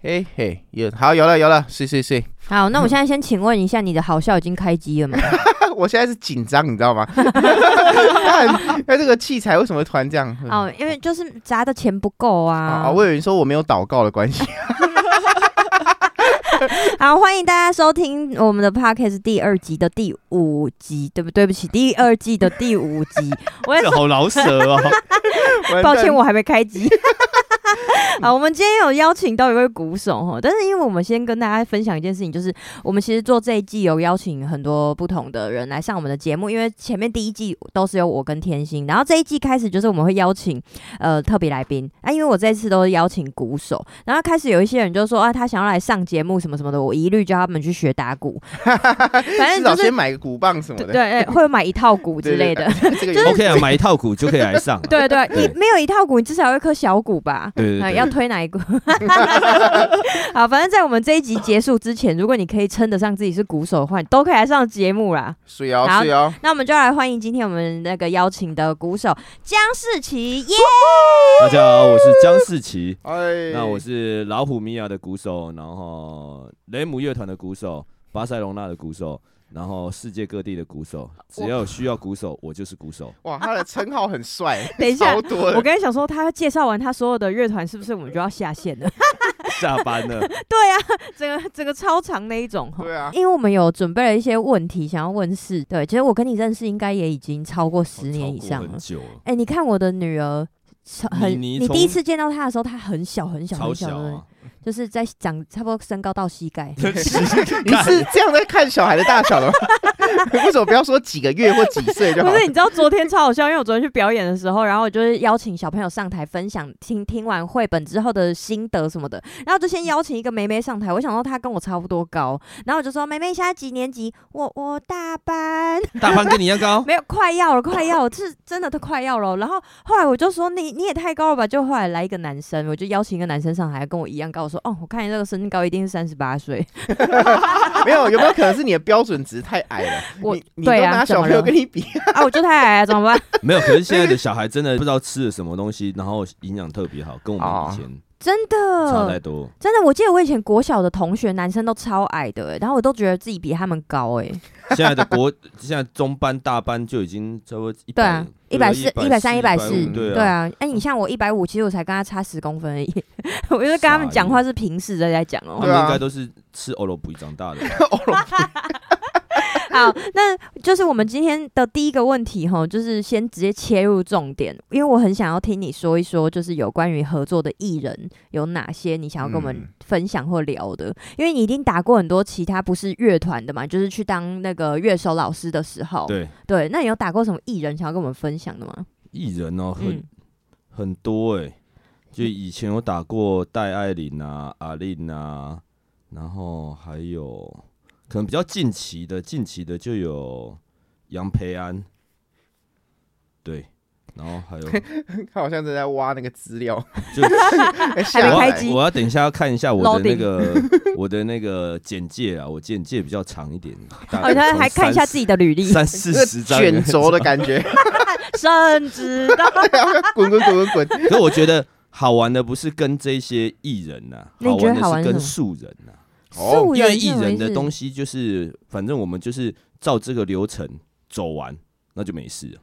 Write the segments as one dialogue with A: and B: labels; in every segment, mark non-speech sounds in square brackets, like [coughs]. A: 嘿嘿，有好有了有了，是是 [laughs] 是，
B: 好，那我现在先请问一下，你的好笑已经开机了吗？
A: 我现在是紧张，你知道吗？ [laughs] 看，那这个器材为什么会突然这样？
B: 哦，因为就是砸的钱不够啊。
A: 嗯啊，我以为你说我没有祷告的
B: [laughs]
A: 关系。
B: 好，欢迎大家收听我们的 podcast 第二集的第五集，对不对？对不起，第二季的第五集，我也
C: 这好老舍
B: [laughs]
C: 哦。
A: 完蛋
B: 抱歉，我还没开机。 [laughs] 好，我们今天有邀请到一位鼓手哈，但是因为我们先跟大家分享一件事情，就是我们其实做这一季有邀请很多不同的人来上我们的节目，因为前面第一季都是有我跟天心，然后这一季开始就是我们会邀请呃特别来宾，啊，因为我这次都是邀请鼓手，然后开始有一些人就说啊，他想要来上节目什么什么的，我一律叫他们去学打鼓，反
A: 至少
B: 正就是
A: 先买个鼓棒什么
B: 对
A: 的。
B: 对， [laughs] 会买一套鼓之
A: 对
B: 类的，，
A: 对
B: [laughs]
A: 对这个有
C: OK 啊，买一套股就可以来上啊。
B: 对对，
C: 对
B: 你没有一套鼓，你至少有一颗小鼓吧？
C: 对对
B: 啊
C: 对
B: 要推哪一
C: [laughs]
B: 股？好，反正在我们这一集结束之前，如果你可以称得上自己是鼓手的话，你都可以来上节目啦。
A: 水哦
B: 好
A: 水哦，
B: 那我们就来欢迎今天我们那个邀请的鼓手江世奇耶。
C: 大家好，我是江世奇，
A: 哎，
C: 那我是老虎米娅的鼓手，然后雷姆乐团的鼓手，巴塞隆纳的鼓手。然后世界各地的鼓手，只要有需要鼓手，我就是鼓手。
A: 哇，他的称号很帅，
B: [laughs] 等一下
A: 超多
B: 我
A: 的。
B: 刚才想说，他介绍完他所有的乐团，是不是我们就要下线
C: [laughs]
B: 了？
C: 下班了，
B: 对啊，整个整个超长那一种。
A: 对啊，
B: 因为我们有准备了一些问题想要问世，对，其实我跟你认识应该也已经超过 [laughs] 十年以上
C: 哦超过
B: 了
C: 很。久了，
B: 哎、你看我的女儿超很，
C: 你
B: 你
C: 你从
B: 第一次见到她的时候，她很小很小
C: 超
B: 很小
C: 小
B: 的，
C: 啊！。
B: 就是在长差不多身高到膝盖 [laughs]
C: 你
A: 你是这样在看小孩的大小的吗？ [laughs] 为什么不要说几个月或几岁就
B: 不
A: 好？
B: 是，你知道昨天超好笑，因为我昨天去表演的时候，然后我就是邀请小朋友上台分享听听完绘本之后的心得什么的，然后就先邀请一个妹妹上台，我想说她跟我差不多高，然后我就说妹妹现在几年级？我我大班，
C: [laughs] 大潘跟你一样高，
B: [laughs] 没有快要了，快要了，是真的都快要了。 [laughs] 然后后来我就说你你也太高了吧，就后来来一个男生，我就邀请一个男生上台，跟我一样高，我说哦，我看你这个身高一定是三十八 [laughs] 岁，
A: 没有，有没有可能是你的标准值太矮了？
B: 我
A: 你你都
B: 对啊
A: 拿小朋友跟你比，
B: 啊，我就太矮了，怎么办？
C: 没有。可是现在的小孩真的不知道吃了什么东西，然后营养特别好，跟我们以前
B: 真
C: 差太
B: 的，
C: 多。
B: 真的，我记得我以前国小的同学男生都超矮的、欸，然后我都觉得自己比他们高哎、欸
C: 现在的国， [laughs] 现在中班、大班就已经差不多一
B: 对啊
C: 百，
B: 一百四、一百三、一百四，
C: 对
B: 对
C: 啊，
B: 啊。哎、你像我一百五，其实我才跟他差十公分而已， [laughs] 我就跟他们讲话是平视的在讲哦、
C: 他们
A: 对啊
C: 应该都是吃欧罗布长大
B: [laughs]
C: 的。
B: 啊
C: [laughs]
B: 好，那就是我们今天的第一个问题哈，就是先直接切入重点，因为我很想要听你说一说，就是有关于合作的艺人有哪些你想要跟我们
A: 嗯
B: 分享或聊的，因为你一定打过很多其他不是乐团的嘛，就是去当那个乐手老师的时候，
C: 对，
B: 对那你有打过什么艺人想要跟我们分享的吗？
C: 艺人哦，很
B: 嗯，
C: 很多哎，就以前有打过戴爱玲啊、阿令啊，然后还有可能比较近期的，近期的就有杨培安，对，然后
B: [laughs]
C: 还有
A: 他好像正在挖那个资料， [laughs] 哎
C: 就
A: 下
B: 还没
A: 来
B: 开机
C: 我要等一下要看一下我的
B: Loading
C: 那个 [laughs] 我的那个简介啊，我简介比较长一点，大
B: 哦，他
C: 从
B: 还看一下自己的履历，
C: 三四
A: 那个
C: 三四十张
A: 卷轴的感
C: [laughs]
A: 觉，
B: [laughs] 甚至到
A: 滚滚滚滚滚，
C: 可是我觉得好玩的不是跟这些艺人呐、啊
B: 那你觉得好玩
C: 的
B: 是
C: 是
B: 什么
C: 跟素人呐、
A: 哦
B: 素
C: 因为
B: 人
C: 艺人的东
B: 西，
C: 西就是，反正我们就是照这个流程走完，那就没事了。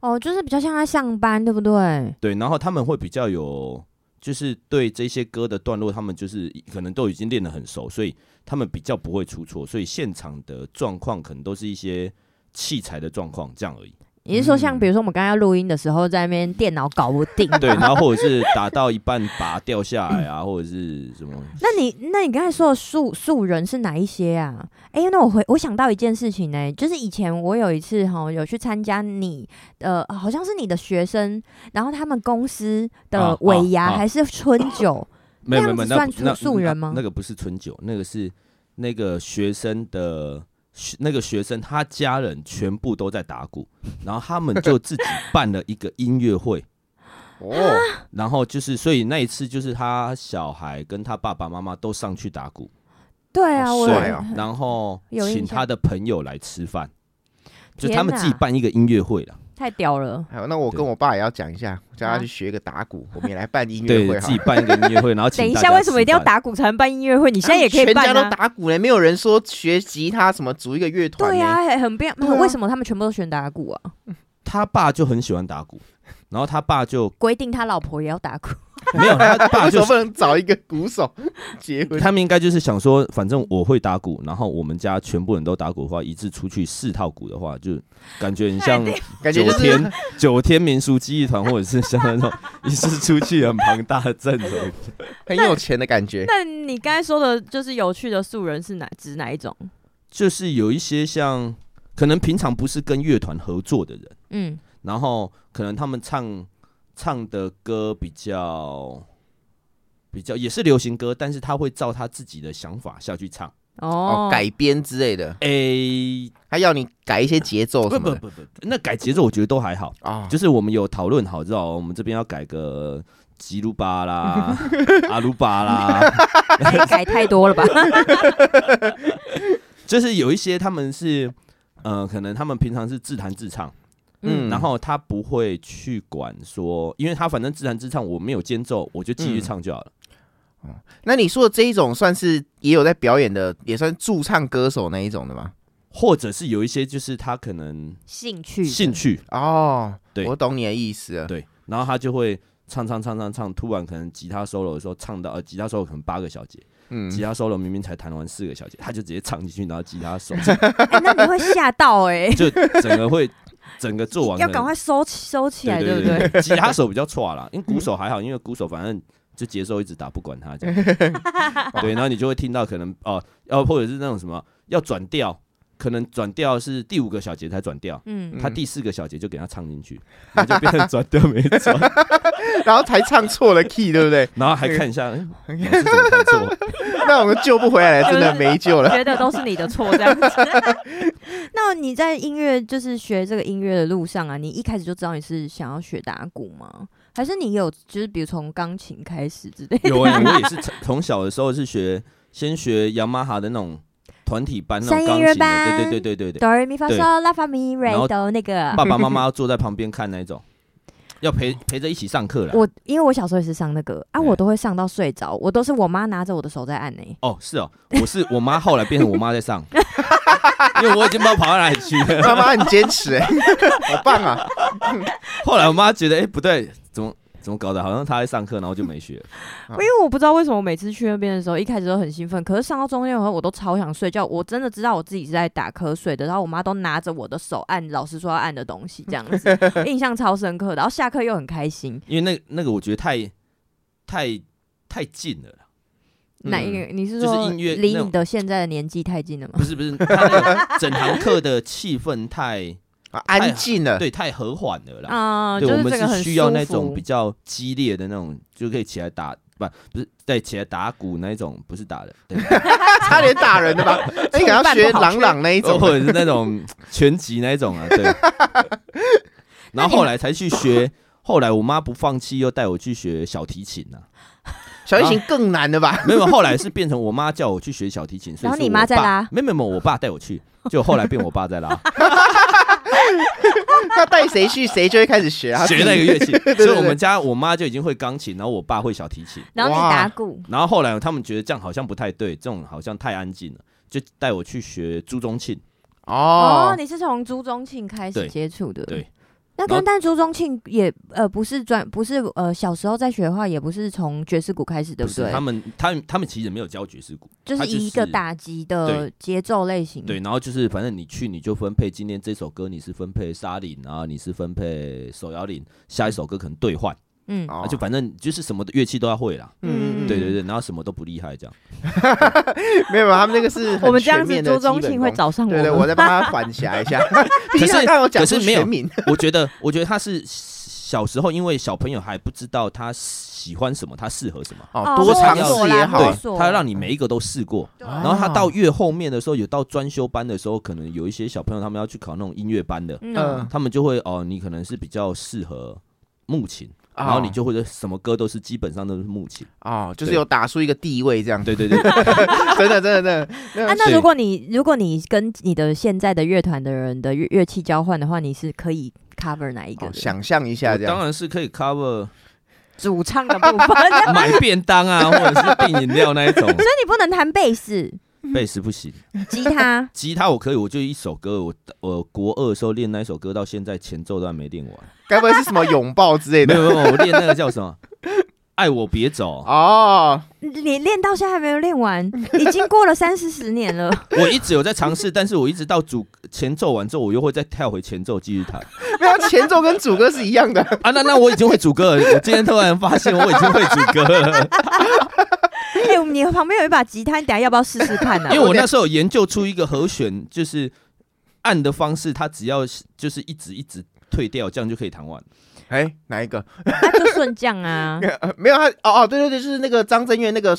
B: 哦，就是比较像他上班，对不对？
C: 对，然后他们会比较有，就是对这些歌的段落，他们就是可能都已经练得很熟，所以他们比较不会出错，所以现场的状况可能都是一些器材的状况这样而已。
B: 你是说像
A: 嗯
B: 比如说我们刚刚要录音的时候，在那边电脑搞不
A: [laughs]
B: 定？
C: 对，然后或者是打到一半拔掉下来啊，或者是什么。
B: 那你那你刚才说的素素人是哪一些啊？哎、那我回我想到一件事情呢、就是以前我有一次哈有去参加你呃好像是你的学生，然后他们公司的
C: 啊
B: 尾牙
C: 啊啊
B: 还是春酒，
C: 没有没有没有，
B: 那
C: 那
B: 样
C: 不
B: 子
C: 那
B: 算素人吗
C: 那？那个不是春酒，那个是那个学生的学那个学生他家人全部都在打鼓，然后他们就自己办了一个音乐会，
A: 哦，
C: 然后就是所以那一次就是他小孩跟他爸爸妈妈都上去打
B: [laughs]
C: 鼓，
B: 对啊，
A: 好
B: 我
A: 帅啊
C: 然后
B: 有印
C: 请
B: 象
C: 他的朋友来吃饭，就
B: 天
C: 他们自己
B: 哪
C: 办一个音乐会了。
B: 太屌了，
A: 还有，那我跟
C: 对
A: 我爸也要讲一下，叫他
B: 啊
A: 去学个打鼓，我们也来办音乐
C: 对
A: 会
C: 自
A: 好
C: 己
A: 了。
C: 办一个音乐会，然后请
B: 等一
C: 大
B: 下
C: 家
B: 为什么一定要
C: 吃饭？
B: 打鼓才能办音乐会？你现在也可以
A: 全
B: 办
A: 家都
B: 啊。
A: 打鼓嘞，没有人说学吉他什么组一个乐团。
B: 对呀、，很很变、
A: 对啊
B: 为什么他们全部都选打鼓啊？
C: 他爸就很喜欢打鼓，然后他爸就
B: 规定他老婆也要打鼓，
C: 没有，他爸
A: 为什 [laughs]
C: 就
A: 么不能找一个鼓手 [laughs] 结婚？
C: 他们应该就是想说，反正我会打鼓，然后我们家全部人都打鼓的话，一致出去四套鼓的话，就感觉很像
A: 感觉
C: 九
A: 就是
C: 天九天民俗记忆团，或者是像那种一次出去很庞大的阵容。
A: 很有钱的感觉。
B: 那你刚才说的就是有趣的素人是哪指哪一种？
C: 就是有一些像可能平常不是跟乐团合作的人，
B: 嗯，
C: 然后可能他们唱唱的歌比较比较也是流行歌，但是他会照他自己的想法下去唱。
B: 哦
A: 哦，，改编之类的，
C: 诶、
A: 他要你改一些节奏
C: 不
A: 什
C: 不
A: 么
C: 不
A: 的
C: 不，不那改节奏我觉得都还好。
A: 啊，
C: 就是我们有讨论好之后，我们这边要改个吉鲁巴 [laughs] 啦、阿鲁巴啦， [laughs]
B: 那 [laughs] 改太多了吧？
C: 就是有一些他们是呃，可能他们平常是自弹自唱，
B: 嗯，
C: 然后他不会去管说，因为他反正自弹自唱，我没有间奏，我就继续
A: 嗯
C: 唱就好了。
A: 那你说的这一种算是也有在表演的，也算驻唱歌手那一种的吗？
C: 或者是有一些就是他可能
B: 兴趣
C: 兴趣
A: 哦，
C: 对
A: 我懂你的意思了。
C: 对，然后他就会唱唱唱唱唱，突然可能吉他 solo 的时候唱到呃吉他 solo 可能八个小节，
A: 嗯，
C: 吉他 solo 明明才弹完四个小节，他就直接唱进去，然后吉他手
B: 哎、那你会吓到哎、
C: 就整个会整个做完
B: 要
C: 可
B: 赶
C: 能
B: 快收起收起来，
C: 哦对
B: 不对？
C: 对？吉他手比较差
B: [laughs]
C: 啦，因为鼓手还好，因为鼓手反正就节奏一直打，不管他这
B: [laughs]
C: 样。对，然后你就会听到可能哦，要、或者是那种什么要转调，可能转调是第五个小节才转调。
B: 嗯，
C: 他第四个小节就给他唱进去，然后就变成转调没转，
A: [laughs]
B: [laughs]
A: 然后才唱错了 key，对不
C: [laughs]
A: 对？
C: 然后还看一
B: [laughs]
C: 下，哎老师怎么弹错？
A: 那我们救不回来了，真的没救
C: [laughs]
A: 了。
B: 觉得都是你的错这样子。 [laughs] 那你在音乐就是学这个音乐的路上啊，你一开始就知道你是想要学打鼓吗？还是你有就是比如从钢琴开始之类的？
C: 有 [laughs] 哎、我也是从从小的时候是学，先学雅马哈的那种团体班，那种
B: 三
C: 钢
B: 音
C: 琴
B: 乐
C: 的，对
B: 班
C: 对对对对对，
B: 哆来咪发
C: 对
B: 嗦拉发咪瑞
C: 然后
B: 哆那个。啊
C: 爸爸妈妈要坐在旁边看那一种，要陪陪着一起上课啦。
B: 我因为我小时候也是上那个啊，
C: 啊对
B: 我都会上到睡着，我都是我妈拿着我的手在按呢、
C: 哦，是哦，我是我妈后来变成我妈在上，因为我已经不知道跑到哪里去了。
A: 妈妈很坚持、哎， [laughs] 好棒啊！
C: 后来我妈觉得，哎、不对，怎么怎么搞的？好像她在上课，然后就没学。
A: 啊
B: 因为我不知道为什么我每次去那边的时候，一开始都很兴奋，可是上到中间以后，我都超想睡觉。我真的知道我自己是在打瞌睡的，然后我妈都拿着我的手按老师说要按的东西，这样子，印象超深刻的。然后下课又很开心。
C: 因为那那个我觉得太太太近了啦，
B: 那
A: 嗯
B: 因为你是
C: 就是
B: 说
C: 音乐
B: 离
C: 那
B: 你
C: 种
B: 的现在的年纪太近了吗？
C: 不是不是，她那个整堂课的气氛太
A: 啊安静了，
C: 哎对太和缓了啦。
B: 啊、
C: 对，
B: 就
C: 我
B: 这
C: 们
B: 个很
C: 需要
B: 舒
C: 那种
B: 服
C: 比较激烈的那种，就可以起来打，不不是对起来打鼓那一种，不是打的，对，
A: 差点打人
C: [laughs]
A: 的吧？那你可能要学朗朗那一种
C: 哦或者是那种拳击那一种啊，
B: [laughs]
C: 对。然后后来才去学，后来我妈不放弃，又带我去学小提琴啊。
A: 小提琴更难的吧？
C: 没有，后来是变成我妈叫我去学小提琴，所以
B: 然后
C: 是
B: 你
C: 我
B: 妈在
C: 爸
B: 拉
C: 没有没有没有，我爸带我去，就后来变我爸
A: [laughs]
C: 在拉，
A: 他 [laughs] 带谁去，谁就会开始学啊。
C: 哦学那个乐器。
A: [laughs] 对
C: 所以我
A: 对
C: 们家我妈就已经会钢琴，然后我爸会小提琴。
B: 然后你
A: 哇
B: 打鼓，
C: 然后后来他们觉得这样好像不太对，这种好像太安静了，就带我去学朱宗庆。
B: 哦
A: 哦，，
B: 你是从朱宗庆开始
C: 对
B: 接触的，
C: 对。
B: 那
C: 然
B: 但
C: 后
B: 但朱宗庆也呃不是专不是呃小时候在学的话，也不是从爵士鼓开始，对
C: 不是
B: 对？
C: 他们，他们他们其实没有教爵士鼓，
B: 就
C: 他
B: 是
C: 就
B: 一个
C: 是
B: 打击的节奏类型。
A: 嗯
C: 对，然后就是反正你去你就分配，今天这首歌你是分配沙领啊，你是分配手摇领，下一首歌可能兑换，
B: 嗯，
A: 哦
C: 啊，就反正就是什么的乐器都要会啦。
B: 嗯
C: 对对对，然后什么都不厉害这样。
A: 没有，没有他们那个是很
B: 我们这样
A: 全
B: 子，
A: 面的
B: 朱宗
A: 基本
B: 庆
A: 功
B: 会。找上我
A: 对
B: 们。
A: 对，我再帮他缓挟一
C: [laughs]
A: 下。毕竟
C: 可是
A: 他刚刚有讲
C: 可是
A: 出
C: 没有
A: 全名，
C: 我觉得，我觉得他是小时候，因为小朋友还不知道他喜欢什么，他适合什么，
A: 哦，
B: 哦
A: 多尝
B: 摸索
A: 试
B: 啦
A: 也
B: 摸
A: 好哦
B: 索，
C: 对，他让你每一个都试过。
B: 对
A: 啊
C: 然后他到越后面的时候，有到专修班的时候，可能有一些小朋友他们要去考那种音乐班的，
B: 嗯
A: 嗯
C: 他们就会哦，你可能是比较适合木琴，然后你就会什么歌都是基本上都是木琴。
A: 哦，就是
C: 对
A: 有打出一个地位这样，
C: 对 [laughs] 对对，
A: 真的真的真的，
B: 啊，那
C: 是
B: 如果你如果你跟你的现在的乐团的人的乐乐器交换的话，你是可以 cover 哪一个
A: 哦
B: 的？
A: 想象一下
C: 我
A: 这
C: 当
A: 样，
C: 然是可以 cover
B: 主唱的部分， [laughs] 所
C: 买便当啊，或者是订饮料那一 [laughs] 种。
B: 以你不能弹贝斯、
C: 贝斯不行，
B: 吉他
C: 吉他我可以，我就一首歌，我我国二的时候练那一首歌，到现在前奏都还没练完。
A: 该不会是什么拥抱之类
C: 没
A: 的？
C: 有没有，我练那个叫什么？ [laughs] 爱我别走，
A: 哦，
B: 你练到现在还没有练
C: [laughs]
B: 完，已经过了三四十年了。
C: 我一直有在尝试，但是我一直到主前奏完之后，我又会再跳回前奏继续弹
A: 没有前奏跟主歌是一样的，
C: [laughs] 啊。那那我已经会主歌了，我今天突然发现我已经会主歌了，
B: 哎、你旁边有一把吉他，你等下要不要试试看呢、啊
C: 因为我那时候有研究出一个和弦，就是按的方式，它只要就是一直一直退掉，这样就可以弹完。
A: 哎，哪一个？
B: 那就顺降
C: [laughs]
B: 啊。
A: 呃没有他，哦哦，对对对，就是那个张震岳那个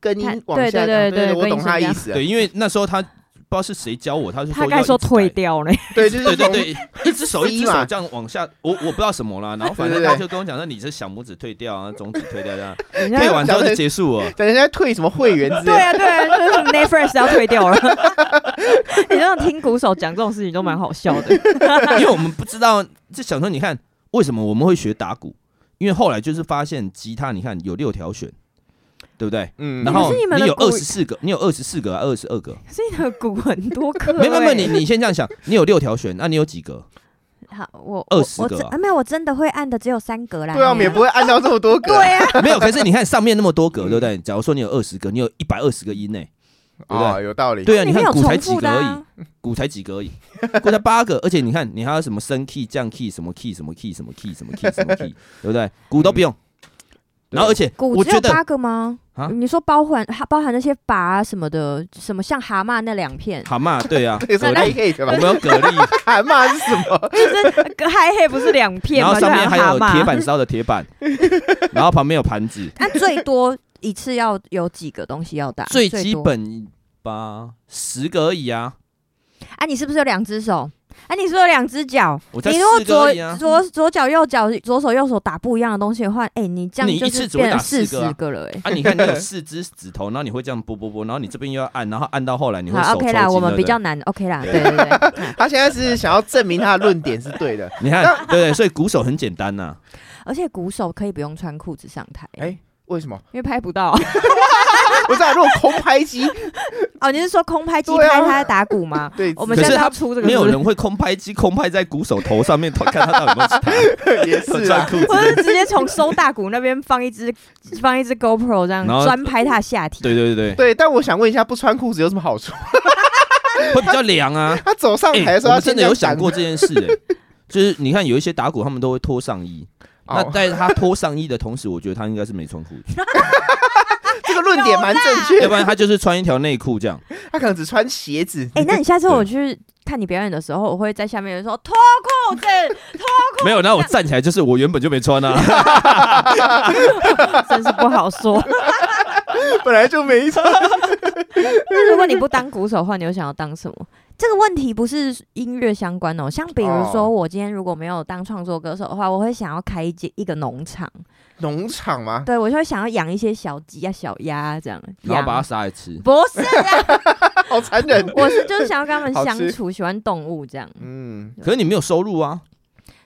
A: 根
B: 他
A: 音往下
B: 对
A: 这
B: 对
A: 样，对啊
B: 对
A: 我
B: 跟
A: 懂
B: 你
A: 他
B: 说
A: 意
B: 一
A: 思，
C: 对，因为那时候他不知道是谁教我，他是
B: 他
C: 要
B: 该说
C: 一直改
B: 退掉
C: [laughs]
B: 嘞，
A: 对，就是
C: 对对
A: 从
C: 对，
B: [laughs]
C: 一只手一
A: C
C: 只
A: 嘛
C: 手这样往下，我我不知道什么啦，然后反正
A: 对对对
C: 他就跟我讲，那你这小拇指退掉啊，中指退掉
B: [laughs]
C: 这样，
B: 人
C: 退
B: 家
C: 完之后就结束了。
A: 等人家退什么会员之类
B: 对
A: 的，
B: 啊对啊，就是 Netflix 要退掉了。 [laughs] 你这样听鼓手讲这种事情都蛮好笑
C: [laughs]
B: 的。
C: 因为我们不知道，就想说，你看为什么我们会学打鼓？因为后来就是发现吉他，你看有六条弦，对不对？
A: 嗯，
C: 然后
B: 可是你们的
C: 有
B: 鼓
C: 二十四个，你有二十四个啊，二十二个？
B: 所以你的鼓很
C: [laughs]
B: 多颗、
C: 没有没有没有，
B: 哎
C: 你你先这样想，你有六条弦，那你有
B: [laughs]
C: 几个？
B: 好，我
C: 二
B: 我
C: 十
B: 我
C: 个
B: 真
C: 啊
B: 啊，没有，我真的会按的只有三格啦。
A: 对啊，我们也不会按到这么多
B: 对
A: 个，
B: 啊，
C: 没有，可是你看上面那么多格，对不对？假如说你有二十个，你有一百二十个音呢。对不
A: 哦，有道理，
C: 对啊，
B: 里
C: 你
B: 面
C: 看
B: 有
C: 鼓才
B: 重
C: 几
B: 复
C: 个
B: 的
C: 而
B: 啊
C: 已，。鼓才几个而已，鼓才八个，而且你看，你还有什么升 key、降 key、什么 key、什么 key、什么 key、什么 key、什么 key，对不对？鼓都不用。然后而且
B: 鼓
C: 我
B: 只有
C: 觉得
B: 八个吗
C: 啊？
B: 你说包含它包含那些拔啊什么的，什么像蛤蟆那两片，
C: 蛤蟆
B: [laughs]
C: 对啊，
A: 也是
C: 蛤蜊，
A: 可以的
C: 我
A: 吧？
C: 们有蛤蜊，
A: 喊嘛是什么？
B: 就是嗨黑不是两片
C: 然
B: 吗？
C: 后上面还
B: 就
C: 有
B: 好像蛤
C: 铁
B: 蟆。
C: 板烧的
B: [laughs]
C: 铁板，然后旁边有盘子，
B: 那最多一次要有几个东西要打？
C: 最
B: 多
C: 基本吧，十个而已啊。
B: 啊，你是不是有两只手？啊，你是不是有两只脚？
C: 我才
B: 你如果
C: 四个而
B: 左
C: 已啊，
B: 左左脚右脚左手右手打不一样的东西的话，哎，你这
C: 你
B: 样
C: 一
B: 就
C: 次
B: 是
C: 只会
B: 变
C: 打
B: 成
C: 四
B: 四
C: 个啊
B: 十个了哎。
C: 啊，你看你
B: [laughs]
C: 有四只指头，然后你会这样拨拨拨，然后你这边又要按，然后按到后来你会
B: 好
C: 手抽
B: ，OK
C: 筋
B: 啦，我
C: 对
B: 们
C: 不
B: 比
C: 对
B: 较难，OK 啦，对对对。
A: 他现在是想要证明他的论点是对的，
C: 你看，对对，所以鼓手很简单呐。
B: 而且鼓手可以不用穿裤子上台，
A: 哎为什么？
B: 因为拍不到。
A: 我在如果空拍机，
B: 哦，你是说空拍机
A: 对啊
B: 拍他在打鼓
C: [laughs]
B: 吗？
A: 对，
B: 我们
C: 可
B: 现
C: 是
B: 在
C: 他
B: 要出这个，
C: 没有
B: 是不
C: 人会空拍机空拍在鼓手头上面，看他到底有没有其他
A: 也是
C: 穿
A: 啊，
C: 裤子
B: [laughs] 是，我是直接从收大鼓那边放一只 [laughs] 放一只 GoPro 这样
C: 然后
B: 专拍他的下体。
C: 对对对
A: 对。但我想问一下，不穿裤子有什么好处？ [laughs]
C: 对，会比较凉啊。
A: 他走上
C: 哎
A: 台的时
C: 我
A: 候，
C: 们真的有想过这件事、哎，就是你看有一些打鼓，他们都会脱上衣。
A: [laughs]
C: 那
A: 哦，
C: 在他脱上衣的同时，我觉得他应该是没穿裤
B: [laughs]
C: 子，
A: 这个论点蛮正
C: 要
A: 确
C: 不
A: 的，
C: 然他就是穿一条内裤
B: [laughs]
C: 这样。
A: 他可能只穿鞋子。
B: 哎、那你下次我去看你表演的时候，我会在下面说脱裤
C: [laughs]
B: 子，
C: 没有，那我站起来就是我原本就没穿啊。
B: [laughs] 真是不好说。
A: 本来就没错，
B: 那如果你不当鼓手的话，你又想要当什么？这个问题不是音乐相关哦，像比如说
A: 哦
B: 我今天如果没有当创作歌手的话，我会想要开一间一个农场，
A: 农场
C: [laughs]
A: 吗？
B: 对我就会想要养一些小鸡啊、小鸭啊这样，
C: 然后把
B: 养
C: 它杀来吃。
B: 不是
C: [laughs]
B: 啊，
A: 好残忍。
B: 我是就是想要跟他们
A: 好
B: 相
A: 吃
B: 处，喜欢动物这样。
A: 嗯，
C: 可是你没有收入啊！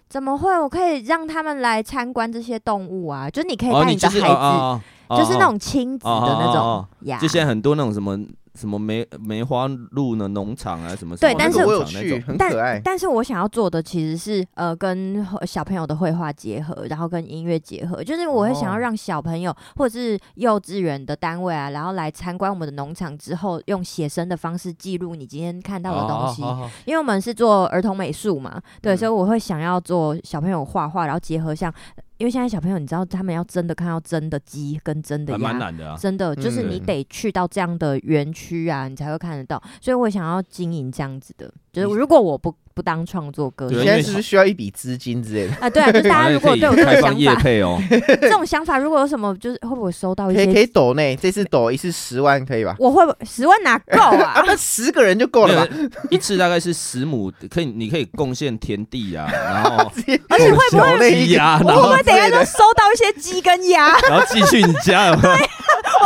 B: 怎么会？我可以让他们来参观这些动物啊，就是你可以
C: 哦，
B: 带
C: 你
B: 你的
C: 就
B: 孩
C: 是
B: 子，
C: 哦哦哦
B: 就是那种亲子的那
C: 哦哦哦
B: 种呀。
C: 就现在很多那种什么什么梅梅花鹿呢农场啊什么什
B: 对
C: 么
B: 但
A: 哦那
B: 是
A: 个
C: 农
A: 我有
C: 场那
A: 去，
C: 种
A: 很可
B: 但
A: 爱。
B: 但是我想要做的其实是呃跟呃小朋友的绘画结合，然后跟音乐结合，就是我会想要
A: 哦
B: 让小朋友或者是幼稚园的单位啊，然后来参观我们的农场之后，用写生的方式记录你今天看到的东西，
C: 哦哦哦哦
B: 因为我们是做儿童美术嘛，对，
A: 嗯
B: 所以我会想要做小朋友画画，然后结合像，因为现在小朋友你知道他们要真的看到真的鸡跟真的
C: 还蛮
B: 鸭，
C: 难的啊。
B: 真的就是
A: 嗯
B: 你得去到这样的园区啊，你才会看得到，所以我想要经营这样子的，就是如果我不不当创作歌手
C: 对
A: 现
C: 因为
A: 在是不是需要一笔资金之类的？
B: 啊。对啊，就是
C: [laughs]
B: 大家如果对我这
C: 开
B: 个
C: 放
B: 想
C: 夜
B: 法，
A: [laughs]
C: 配哦，
B: 这种想法如果有什么，就是会不会收到一
A: 可以可
B: 些？
A: 以抖内，这次抖一次十万可以吧？
B: 我会不会十万哪够
C: [laughs]
B: 啊？
A: 那十个人就够了吧？
C: 没有一次大概是十亩，可以你可以贡献田地啊，然后
A: 而
B: 且会不会
A: 抖内一
C: 鸡 [laughs]
A: 个
C: 鸭，
B: 我会
C: 然
B: 不
C: 后
B: 会等一下就收到一些鸡跟鸭？ [laughs] 我
C: 然后寄去你家有没有？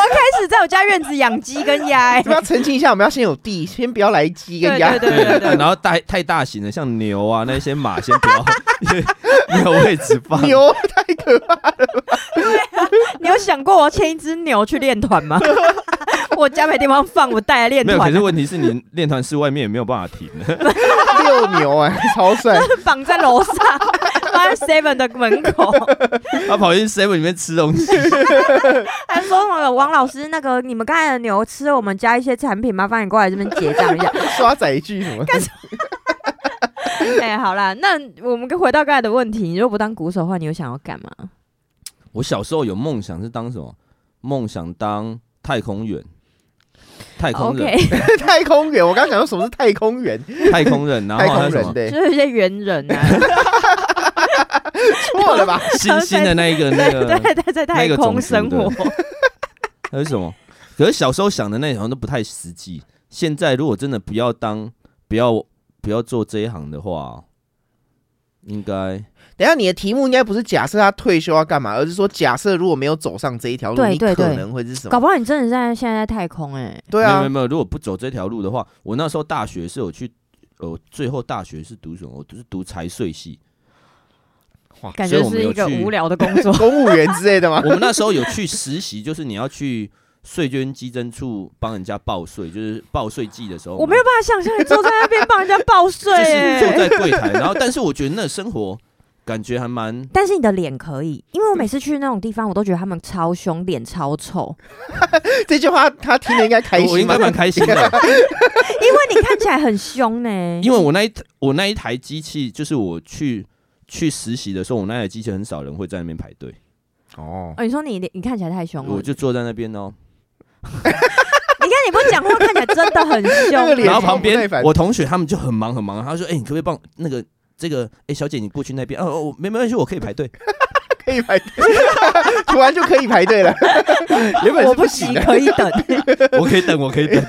B: 开始在我家院子养鸡跟鸭、欸
A: 怎，么要澄清一下？我们要先有地，先不要来鸡跟
B: 对
A: 鸭
B: [laughs] 对。对对对，
C: 然后太太大型的，像牛啊那些马先不要，
B: [laughs]
C: 因为没有位置放。
A: [laughs] 牛太可怕，
B: [laughs] 你有想过我要牵一只牛去练团 [laughs] 吗？我家没地方放，我带来练
C: 没有，可
B: 团啊 [laughs]
C: 是，问题是你练团室外面也没有办法停。
A: 六牛哎、超
B: [laughs]
A: 帅！
B: 绑在楼上，放在 Seven 的门口，
C: 他跑进 seven 里面吃东西，
B: [laughs] 还说我王老师那个你们刚才的牛吃了我们家一些产品，麻烦你过来这边结账一下。
A: 刷载具什么的？
B: [laughs] 哎、好啦，那我们回到刚才的问题，你如果不当鼓手的话，你有想要干嘛？
C: 我小时候有梦想是当什么？梦想当太空员、太空
B: 哦 OK，
C: 人、
A: [laughs] 太空人，我刚想说什么是太空人？
C: 太空人，然
A: 太
C: 后
A: 空
C: 还有什么
A: 人对，
B: 就是一些猿人啊，
C: [laughs]
A: 错了吧？ [laughs]
C: 星星的那一个那个
B: [laughs] 对，在在太
C: 那个
B: 空
C: 种族
B: 生活，
C: 还有什么？可是小时候想的那好像都不太实际。现在如果真的不要当，不要不要做这一行的话，应该
A: 等一下你的题目应该不是假设他退休要干嘛，而是说假设如果没有走上这一条路，
B: 对
A: 你
B: 对
A: 可
B: 对
A: 能会是什
B: 搞
A: 么？
B: 不好你真的在现在在太空哎、
A: 对
C: 没有没
A: 啊。
C: 有，没有。如果不走这条路的话，我那时候大学是有去，呃，最后大学是读什么？我是读财税系。
B: 感
C: 所以
B: 觉
C: 我们
B: 是
C: 有
B: 一个
C: 去
B: 无聊的工作
A: 公务员之类的 [laughs] 吗
C: 我？们那时候有去实习，就是你要去税捐稽征处帮人家报税，就是报税季的时候
B: [laughs]
C: 嘛，
B: 我没有办法想象你坐在那边帮人家报税
C: [laughs] 就
B: 哎、
C: 是坐在柜台，然后但是我觉得那生活感觉还蛮
B: 但是你的脸可以，因为我每次去那种地方，我都觉得他们超凶，脸超臭，
A: 这句话他听了应该开
C: 我应
A: 心吧
C: 该？蛮开心的。
B: 因为你看起来很凶呢、
C: 因为我那一我那一台机器，就是我去去实习的时候，我那台机器很少人会在那边排队，
A: [laughs] 哦，
B: 哦，你说你你看起来太凶了，
C: 我就坐在那边哦。
B: 你看你不讲话，看起来真的很
A: 那个
B: 凶。
A: 脸
C: 然后
A: 超
C: 旁
A: 不耐
C: 边
A: 烦
C: 我同学他们就很忙很忙，他说：“哎、你可不可以帮我那个这个？哎、小姐，你过去那边哦哦，没没关系，我可以排队。
A: 可以排队， [laughs] 突然就可以排队
C: [laughs]
A: 了。原本是
B: 我不
A: 行
B: 急，
A: 的，
B: 可以等。
C: 我可以等，我可以等。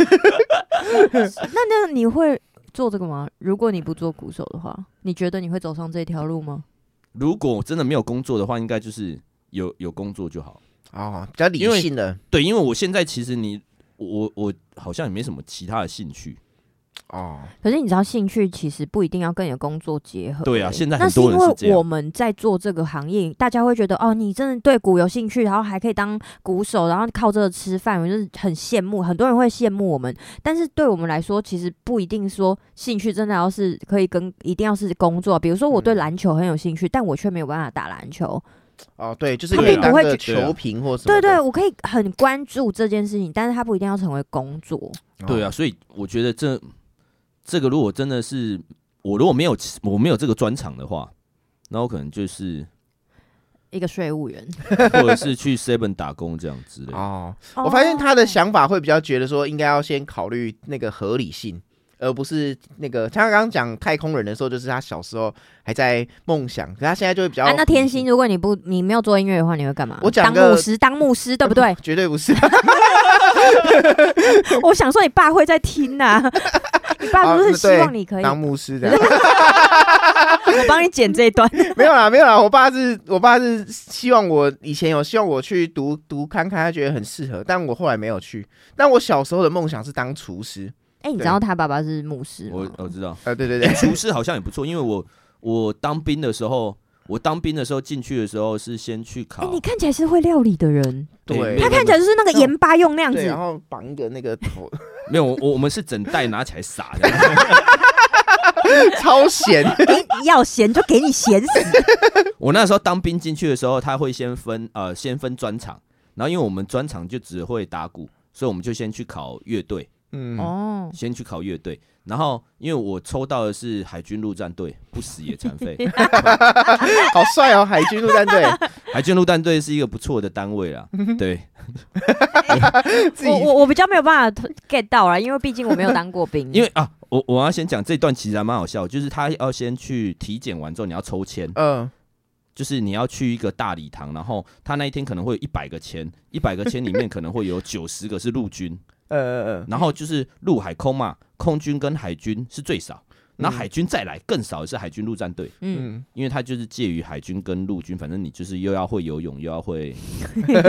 B: [laughs] 那那你会做这个吗？如果你不做鼓手的话，你觉得你会走上这条路吗？
C: 如果真的没有工作的话，应该就是有有工作就好。
A: 哦，比较理性的
C: 对，因为我现在其实你我我好像也没什么其他的兴趣。
A: 哦。
B: 可是你知道，兴趣其实不一定要跟你的工作结合欸。
C: 对啊现在
B: 那
C: 很
B: 是
C: 多
B: 因
C: 人是这样
B: 为我们在做这个行业，大家会觉得哦，你真的对鼓有兴趣，然后还可以当鼓手，然后靠这个吃饭，我就是很羡慕。很多人会羡慕我们，但是对我们来说，其实不一定说兴趣真的要是可以跟一定要是工作。比如说，我对
A: 嗯
B: 篮球很有兴趣，但我却没有办法打篮球。
A: 哦，对，就是
B: 他
A: 可以
C: 并不
A: 当
B: 会
A: 个
C: 去对啊
A: 球评或什么
B: 对
A: 的。
B: 对，我可以很关注这件事情，但是它不一定要成为工作。
C: 对啊，所以我觉得这这个如果真的是我如果没有我没有这个专长的话，那我可能就是
B: [laughs] 一个税务员，
C: 或者是去 Seven 打工这样之
B: 啊
C: 类的。
A: 哦，我发现他
B: 哦
A: 的想法会比较觉得说，应该要先考虑那个合理性，而不是那个他刚刚讲太空人的时候，就是他小时候还在梦想，可他现在就会比较
B: 啊，那天心，如果你不你没有做音乐的话，你会干嘛？
A: 嗯我讲
B: 当
A: 个？
B: 牧师，当牧师，对不对
A: [laughs] 绝对不是。
B: 我想说，你爸会在听
A: [laughs]
B: 呐、你爸不是希望你可以，
A: 当
B: 我
A: 牧师的，
B: 帮你剪这一段。
A: 没有啦，没有啦。我爸是我爸是希望我以前有希望我去读读看看，他觉得很适合，但我后来没有去。但我小时候的梦想是当厨师，
B: [laughs] 哎、你知
A: 对
B: 道他爸爸是牧师
C: 我
B: 吗？
C: 我知道，
A: 呃，对对对，
C: 厨师好像也不错，因为我我当兵的时候，我当兵的时候进去的时候是先去考
B: 哎、，你看起来是会料理的人，
A: 对
B: 他看起来就是那个盐巴用那样
A: 对，然
B: 子。
A: 后绑一个那个头，
C: 没有，我我我们是整袋拿起来撒的，
A: 超
B: [laughs]
A: 咸，
B: 你哎要咸就给你咸死，
C: 我那时候当兵进去的时候，他会先分呃先分专场，然后因为我们专场就只会打鼓，所以我们就先去考乐队，
A: [laughs] 嗯，
B: 哦，
C: 先去考乐队，然后因为我抽到的是海军陆战队，不死也残废。
A: 好帅哦，海军陆战队
B: [laughs]
C: 海军陆战队是一个不错的单位啦，对，
A: 自己
B: 我我我比较没有办法 get 到啦，因为毕竟我没有当过兵，
C: 因为啊，我我要先讲这段其实还蛮好笑，就是他要先去体检完之后，你要抽签，
A: 嗯，
C: 就是你要去一个大礼堂，然后他那一天可能会有一百个签，一百个签里面可能会有九十个是陆军，
A: 呃呃呃，
C: 然后就是陆海空嘛，空军跟海军是最少，然后海军再来更少的是海军陆战队，
A: [laughs]
B: 嗯，
A: 嗯，
C: 因为它就是介于海军跟陆军，反正你就是又要会游泳，又
B: [laughs]
C: 要会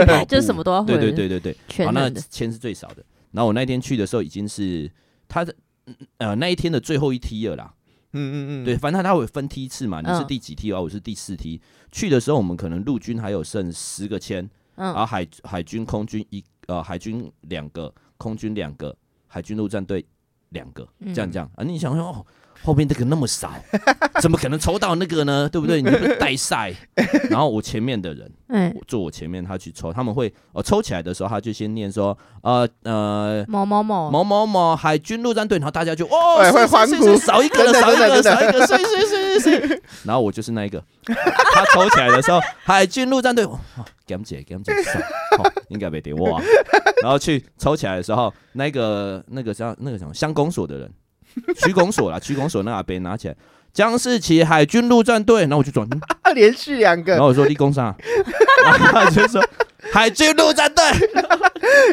C: 跑
B: 哎就是
C: 步
B: 什么都要会，
C: 对对，对对对，
B: 全
C: 好，那
B: 能的，
C: 签是最少的。然后我那天去的时候已经是他的呃那一天的最后一梯了啦。
A: 嗯嗯嗯，
C: 对，，反正他会分梯次嘛，你是
B: 嗯
C: 第几梯，而、哦我是第四梯。去的时候我们可能陆军还有剩十个签，然后
B: 嗯，
C: 海海军空军一呃海军两个，空军两个，海军陆战队两个，这样
B: 嗯
C: 这样啊，你想说哦。后面那个那么少，怎么可能抽到那
B: [laughs]
C: 个呢？对不对？你会带赛。然后我前面的人，
B: 嗯，
C: 我坐我前面，他去抽，他们会呃抽起来的时候，他就先念说呃呃
B: 某某某，
C: 某某某海军陆战队，然后大家就哦
A: 哎
C: 是
A: 会
C: 是
A: 欢
C: 是
A: 呼
C: 是少一个
A: 真
C: 了，
A: 的
C: 少一个，
A: 真的
C: 少一个，谁谁谁谁
A: [laughs]
C: 谁，然后我就是那一个，他抽起来的时候，海军陆战队，哦，哦感姐感姐，少哦应该没得我啊，然后去抽起来的时候，那个那个叫那个什么乡公所的人，区公所啦，区公所那阿伯拿起来，江世奇海军陆战队，然后我就转。嗯
A: 啊，连续两
C: 然
A: 个
C: 后，我说立
A: [laughs]
C: 功上， [laughs] 然后他就说海军陆战队，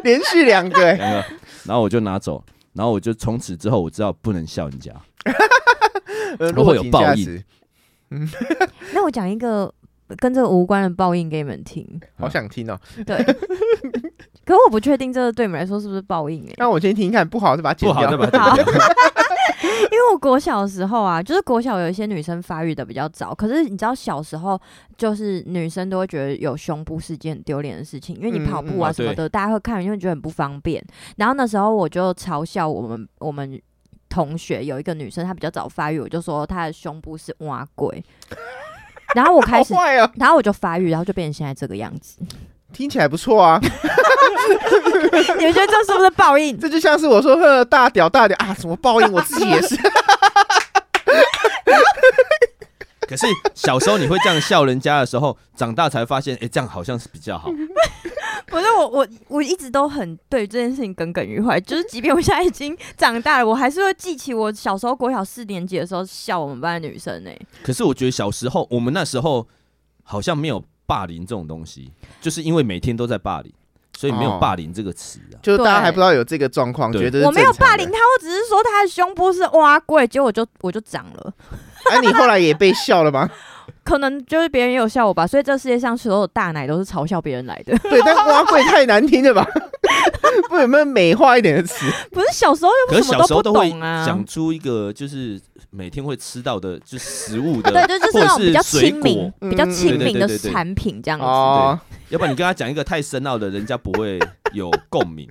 A: 连续两个，
C: [laughs]
A: 哎
C: 两个，然后我就拿走，然后我就从此之后我知道不能笑人家，
A: 呃
C: 如果
A: 落
C: 有
A: 井
C: 报
A: 下
C: 应
A: 石
B: 那我讲一个跟这个无关的报应给你们听，
A: 好想听哦。
B: 对， [laughs] 可我不确定这个对你们来说是不是报应哎、
C: 哦
A: 那我先听听看，不好就把它剪
C: 不好再
A: [laughs] 掉。
C: 把它剪掉。
B: [laughs] 因为我国小的时候啊，就是国小有一些女生发育的比较早，可是你知道小时候就是女生都会觉得有胸部是一件很丢脸的事情，因为你跑步
C: 嗯嗯
B: 啊
C: 啊
B: 什么的，大家会看，因为觉得很不方便。然后那时候我就嘲笑我们我们。同学有一个女生，她比较早发育，我就说她的胸部是蛙
C: [laughs]
B: 龟，然后我开
A: 好
B: 始，
A: 坏哦，
B: 然后我就发育，然后就变成现在这个样
C: [laughs]
B: 子。
A: 听起来不错啊。
B: 你们觉得这是不是报应？
A: 这就像是我说呵大屌大屌啊，什么报应，我自己也
C: [laughs]
A: 是。
C: 可是小时候你会这样笑人家的时候，长大才发现，哎、这样好像是比较好。
B: 嗯不是 [laughs] 我，我我一直都很对这件事情耿耿于怀，就是即便我现在已经长大了，我还是会记起我小时候国小四年级的时候笑我们班的女生欸呢、
C: 可是我觉得小时候我们那时候好像没有霸凌这种东西，就是因为每天都在霸凌，所以没有
A: 哦
C: 霸凌这个词啊。
A: 就是大家还不
B: 对
A: 知道有这个状况，
C: 对
A: 觉得
B: 我没有霸凌她，我只是说她的胸部是挖贵，结果我就我就长了，
A: 哎、啊你后来也被笑了
B: [laughs]
A: 吗？
B: 可能就是别人也有笑我吧，所以这世界上所有大奶都是嘲笑别人来的，
A: 对，但蛙贵太难听了吧？ [laughs] 不，有没有美化一点的词？
B: 不是小时候
C: 可
B: 又
C: 是
B: 什
C: 小
B: 么
C: 时候
B: 不
C: 都会
B: 懂啊，
C: 讲出一个就是每天会吃到的，就是食物的，
B: [laughs] 对，就是
C: 或
B: 那
C: 者
B: 种比较
C: 是水
B: 亲
C: 果
B: 民。、比较
A: 嗯
B: 亲民
C: 对对
B: 的
C: 对对对
B: 产品
C: 嗯
B: 这样子。
A: 哦，
C: 要不然你跟他讲一个太深奥的，人家不会有共鸣。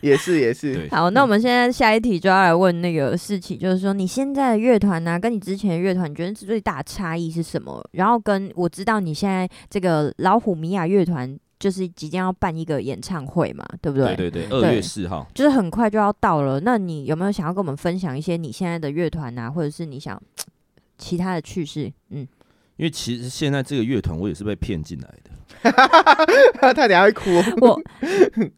A: 也是也是，
C: 对，
B: 好，那我们现在下一题就要来问那个事情，就是说你现在的乐团啊呢，跟你之前的乐团，你觉得最大的差异是什么？然后跟我知道你现在这个老虎米娅乐团，就是即将要办一个演唱会嘛，对不对？
C: 对对对，二
B: 对
C: 月四号。
B: 就是很快就要到了，那你有没有想要跟我们分享一些你现在的乐团啊，或者是你想其他的趣事？嗯，
C: 因为其实现在这个乐团我也是被骗进来的，
A: [laughs] 他等下会哭哦。。
B: 我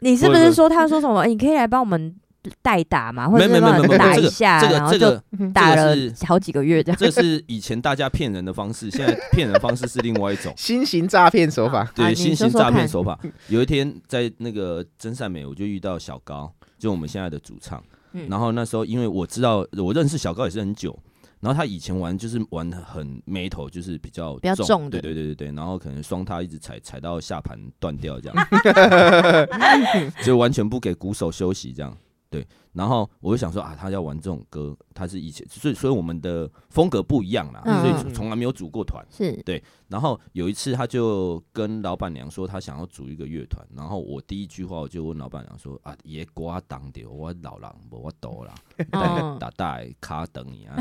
B: 你是不
C: 不会不
B: 是
C: 会
B: 说他说什么？欸你可以来帮我们代打嘛，或者是
C: 没有没
B: 帮
C: 有
B: 我
C: 没
B: 们
C: 有
B: 打
C: 这
B: 一
C: 个
B: 下，
C: 这
B: 然
C: 个
B: 后
C: 这
B: 就
C: 个
B: 打了
C: 是
B: 好几个月这样。
C: 这是以前大家骗人的方式，现在骗人方式是另外一种
A: 新型诈骗手法，
B: 啊
C: 对，
B: 你
C: 新型
B: 说说
C: 诈骗
B: 看嗯
C: 手法。有一天在那个真善美，我就遇到小高，就我们现在的主唱。
B: 嗯
C: 然后那时候因为我知道我认识小高也是很久，然后他以前玩就是玩得很眉头，就是比较
B: 比较重的
C: 对对对对对。然后可能双踏一直踩踩到下盘断掉这样，
B: [laughs]
C: 就完全不给鼓手休息这样。对，然后我就想说啊，他要玩这种歌，他是以前，所以所以我们的风格不一样啦，
B: 嗯
C: 所以从来没有组过团。 [laughs]
B: 是，
C: 然后有一次，他就跟老板娘说他想要组一个乐团，然后我第一句话我就问老板娘说啊，也瓜当掉，我老人无我抖啦，哦
B: 嗯
C: 打大的卡等你啊，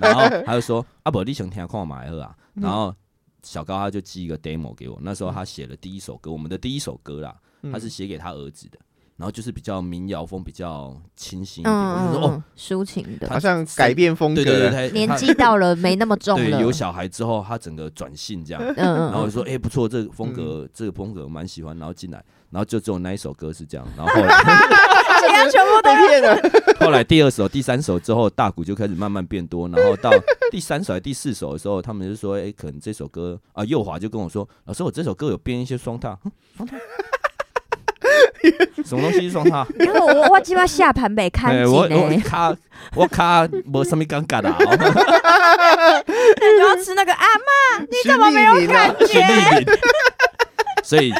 C: 然后他就说啊，不，你想听看买好啊，然后小高他
A: 嗯
C: 嗯就寄一个 demo 给我，那时候他写了第一首歌，我们的第一首歌啦，他是写给他儿子的，然后就是比较民谣风比较清新一点，我
B: 嗯嗯
C: 就说哦，
B: 嗯，抒情的
C: 他，
A: 好像改变风格
C: 对
A: 了。
C: 对对，
B: 嗯
C: 他
B: 年
C: 他
B: 纪到了没那么重
C: 对
B: 了，
C: 有小孩之后，他整个转性这样，
B: 嗯嗯，
C: 然后我就说，哎、不错，这个风格，这个风格蛮喜欢，然后进来，然后就只有那一首歌是这样，然后后
B: [laughs]
C: 来
B: 其他全部都
A: 被骗了，
C: 后来第二首、第三首之后，大鼓就开始慢慢变多，然后到第三首、第四首的时候，他们就说，哎、可能这首歌啊，右华就跟我说，老师，我这首歌有编一些双踏，哼双踏，什么东西是双
B: [laughs]
C: 踏？
B: 因为我我鸡巴下盘北看
C: 哎，
B: 紧
C: 我我
B: 哎，
C: 卡我卡没什么尴尬的、啊，
B: 然后吃那个啊
A: 你怎么没有看？
C: [laughs] 旋律饼，所以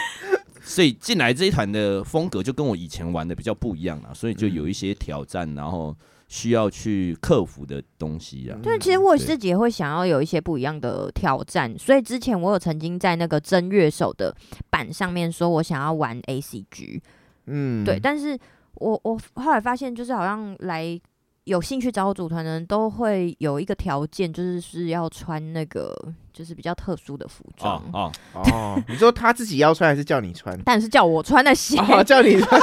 C: 所以进来这一团的风格就跟我以前玩的比较不一样啦，所以就有一
A: 嗯
C: 些挑战，然后需要去克服的东西
A: 嗯
C: 啊。
B: 对，其实我自己也会想要有一些不一样的挑战，所以之前我有曾经在那个真乐手的版上面说我想要玩 A C G，、
A: 嗯，
B: 对，但是我我后来发现，就是好像来有兴趣找我组团的人都会有一个条件，就是是要穿那个就是比较特殊的服装，
C: 哦哦，
A: 哦，你说他自己要穿还是叫你穿？
B: 但是叫我穿的鞋，
A: [laughs] 哦，叫你穿，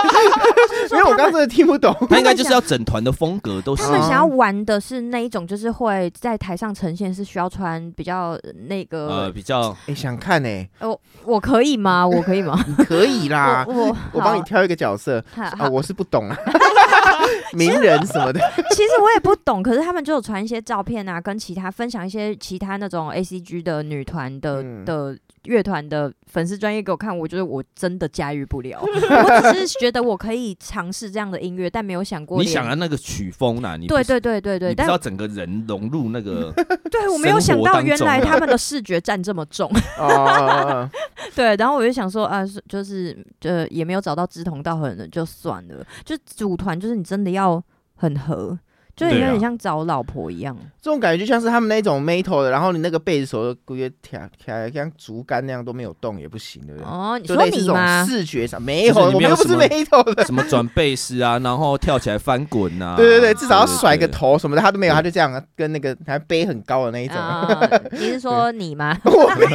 A: 因为我刚刚真的听不懂。 [laughs]
C: 他应该就是要整团的风格都是
B: 他们想要玩的是那一种，就是会在台上呈现是需要穿比较呃那
C: 呃
B: 个，
C: 比较
A: 哎，想看呢，
B: 我可以
C: [laughs]
B: 吗？我可以吗？
A: 你可以啦，
C: 啊
B: 我
A: [laughs] 我帮你
B: 好
A: 挑一个角色
B: 好好
A: 啊，我是不懂 [laughs] 啊，名人什么的，
B: 其实我也不懂，可是他们就有传一些照片啊，跟其他分享一些其他那种 A C G 的女团的、
A: 嗯
B: 的乐团的粉丝专业给我看，我觉得我真的驾驭不
C: [laughs]
B: 了。我只是觉得我可以尝试这样的音乐，但没有想过
C: 你
B: 连
C: 想要那个曲风呐，你不
B: 对
C: 是
B: 对对对对，
C: 你不
B: 但
C: 知道整个人融入那个
B: 对我没有想
C: 生活
B: 到
C: 当
B: 原来
C: [laughs] 中
B: 他们的视觉占这么重。
A: [laughs] 哦哦，哦
B: 对，然后我就想说啊，是就是呃也没有找到志同道合的人，就算了。就组团，就是你真的要很合，就有
C: 对啊
B: 点像找老婆一样。
A: 这种感觉就像是他们那种 metal 的，然后你那个贝斯手就估计跳跳像竹竿那样都没有动也不行，对不对？
C: 啊
B: 哦，你
A: 就
B: 说
A: 类似
B: 你
A: 这种
B: 吗？
A: 视觉上没有，
C: 就是你
A: 我
C: 没
A: 们
C: 有
A: 又不是
C: 什么
A: metal 的。
C: 什么转 [laughs] 贝斯啊，然后跳起来翻滚呐，
A: 对对啊对，至少要甩个
C: 对。
A: 头什么的，他都没有，
C: 对
A: 他就这样啊跟那个还背很高的那一种。
B: 啊，你是说你吗？ [laughs]
A: [laughs] 我没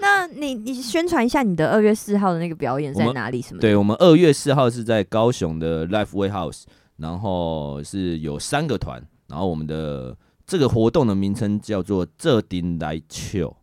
B: 那你你宣传一下你的二月四号的那个表演
C: 我
B: 在
C: 们
B: 哪里？什么？
C: 对，我们二月四号是在高雄的 Life Warehouse，然后是有三个团，然后我们的这个活动的名称叫做“这顶来秋”，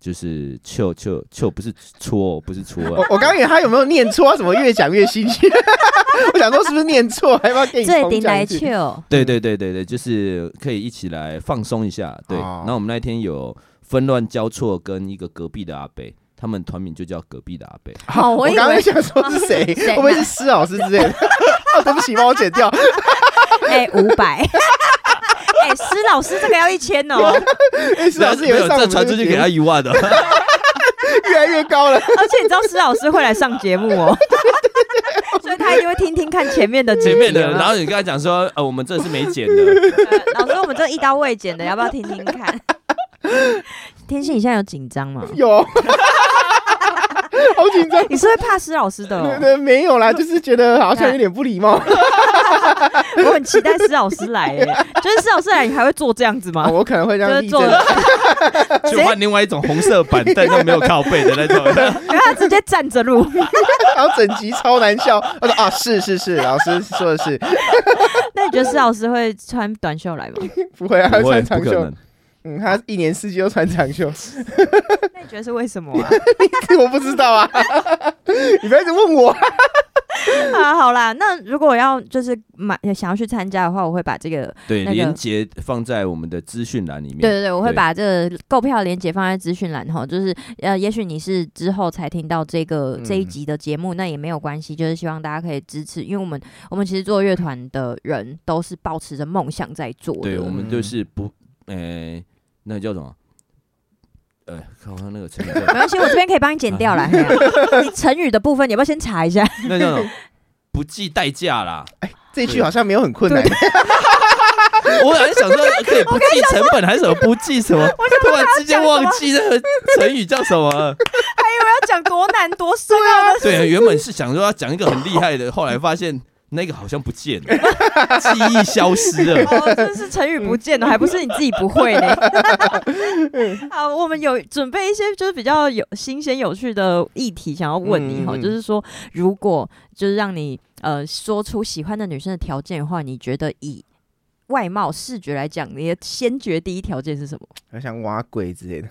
C: 就是秋秋秋，不是搓，不是搓啊
A: 我 [laughs] 我刚以为他有没有念错，他怎么越讲越新鲜？ [laughs] 我想说是不是念错，还要给你
B: 这
A: 重
B: 顶
A: 讲
B: 来
A: 一次
B: chill，
C: 对对对对对，就是可以一起来放松一下。对，
A: 哦
C: 那、我们那天有纷乱交错跟一个隔壁的阿北，他们团名就叫隔壁的阿北。
A: 好，
B: 哦我
A: 我
B: 以
A: 刚
B: 为哦
A: 刚想说是谁，
B: 谁
A: 会不会是施老师之类的？哦，对不起，帮我剪掉。
B: 哎，五百。 [laughs] 哎，施老师这个要一千哦，而
A: 哎施老师也
C: 没
A: 会
C: 有
A: 上我
C: 这
A: 们
C: 传
A: 这个
C: 出去
A: 节
C: 给
A: 目，
C: 他一万
A: [laughs]
C: 的。啊
A: 越来越高了。
B: 且你知道施老师会来上节目哦， [laughs] 所以他一定会听听看前面的几
C: 前面
B: 集
C: 的，
B: 有没有
C: 然后你跟他讲说，呃，我们这是没剪的，
B: 呃老师，我们这一刀未剪的，要不要听听看？ [laughs] 天心，你现在有紧张吗？
A: 有，好紧张。
B: 你是会怕施老师的、
A: 对
B: 哦，
A: 对，没有啦，就是觉得好像有点不礼貌。
B: 我很期待施老师来耶。就是施老师来，你还会做这样子吗？
A: 哦我可能会这
B: 就
A: 样
B: 是
A: 立
B: 做，
A: 正。
B: 然
C: 就换另外一种红色板
A: [laughs]
C: 凳，就没有靠背的那种。
B: 后他直接站着录。 [laughs]
A: 然后整集超难笑。他说啊，是是是，老师说的是，
B: 那你觉得施老师会穿短袖来吗？
A: 不会啊，他
C: [laughs] 不会，
A: 穿长
C: 不可
A: 袖
C: 能。。
A: 嗯，他一年四季都穿长袖，
B: 那你觉得是为什么啊？
A: [laughs] 我不知道啊。你不要一直问我。
B: [laughs] 啊，好啦，那如果要就是买想要去参加的话，我会把这个，
C: 对，
B: 那个
C: 连接放在我们的资讯栏里面。
B: 对对对，我会
C: 对
B: 把这个购票链接放在资讯栏哈。就是呃，也许你是之后才听到这个这一
A: 嗯
B: 集的节目，那也没有关系，就是希望大家可以支持，因为我们我们其实做乐团的人都是抱持着梦想在做的。
C: 对，我们
A: 嗯
C: 就是不，诶，那个叫什么？呃，看看那个成语叫什
B: 没
A: [laughs]
C: 么，
B: 关系，我这边可以帮你剪掉
C: [laughs]
B: 了。嘿啊你成语的部分，你要不要先查一下？
C: 那叫什么？不计代价啦！
A: [laughs] 这句好像没有很困难，
C: 我本来想说可以不计成本，还是什么不计
A: [laughs]
C: 什么，突然之间忘记那个成语叫什么了。
B: 还以为要讲多难多深啊！
C: 对，原本是想说要讲一个很厉害的，后来发现那个好像不见
A: [laughs]
C: 了，记忆消失了。
B: [laughs] 哦，真是成语不见了，还不是你自己不
A: [laughs]
B: 会呢。好，我们有准备一些就是比较有新鲜有趣的议题，想要问你哈、
A: 嗯嗯嗯
B: 就是说，如果就是让你呃说出喜欢的女生的条件的话，你觉得以外貌视觉来讲，你的先决第一条件是什
A: [laughs]
B: 么？
A: 好像挖鬼之类的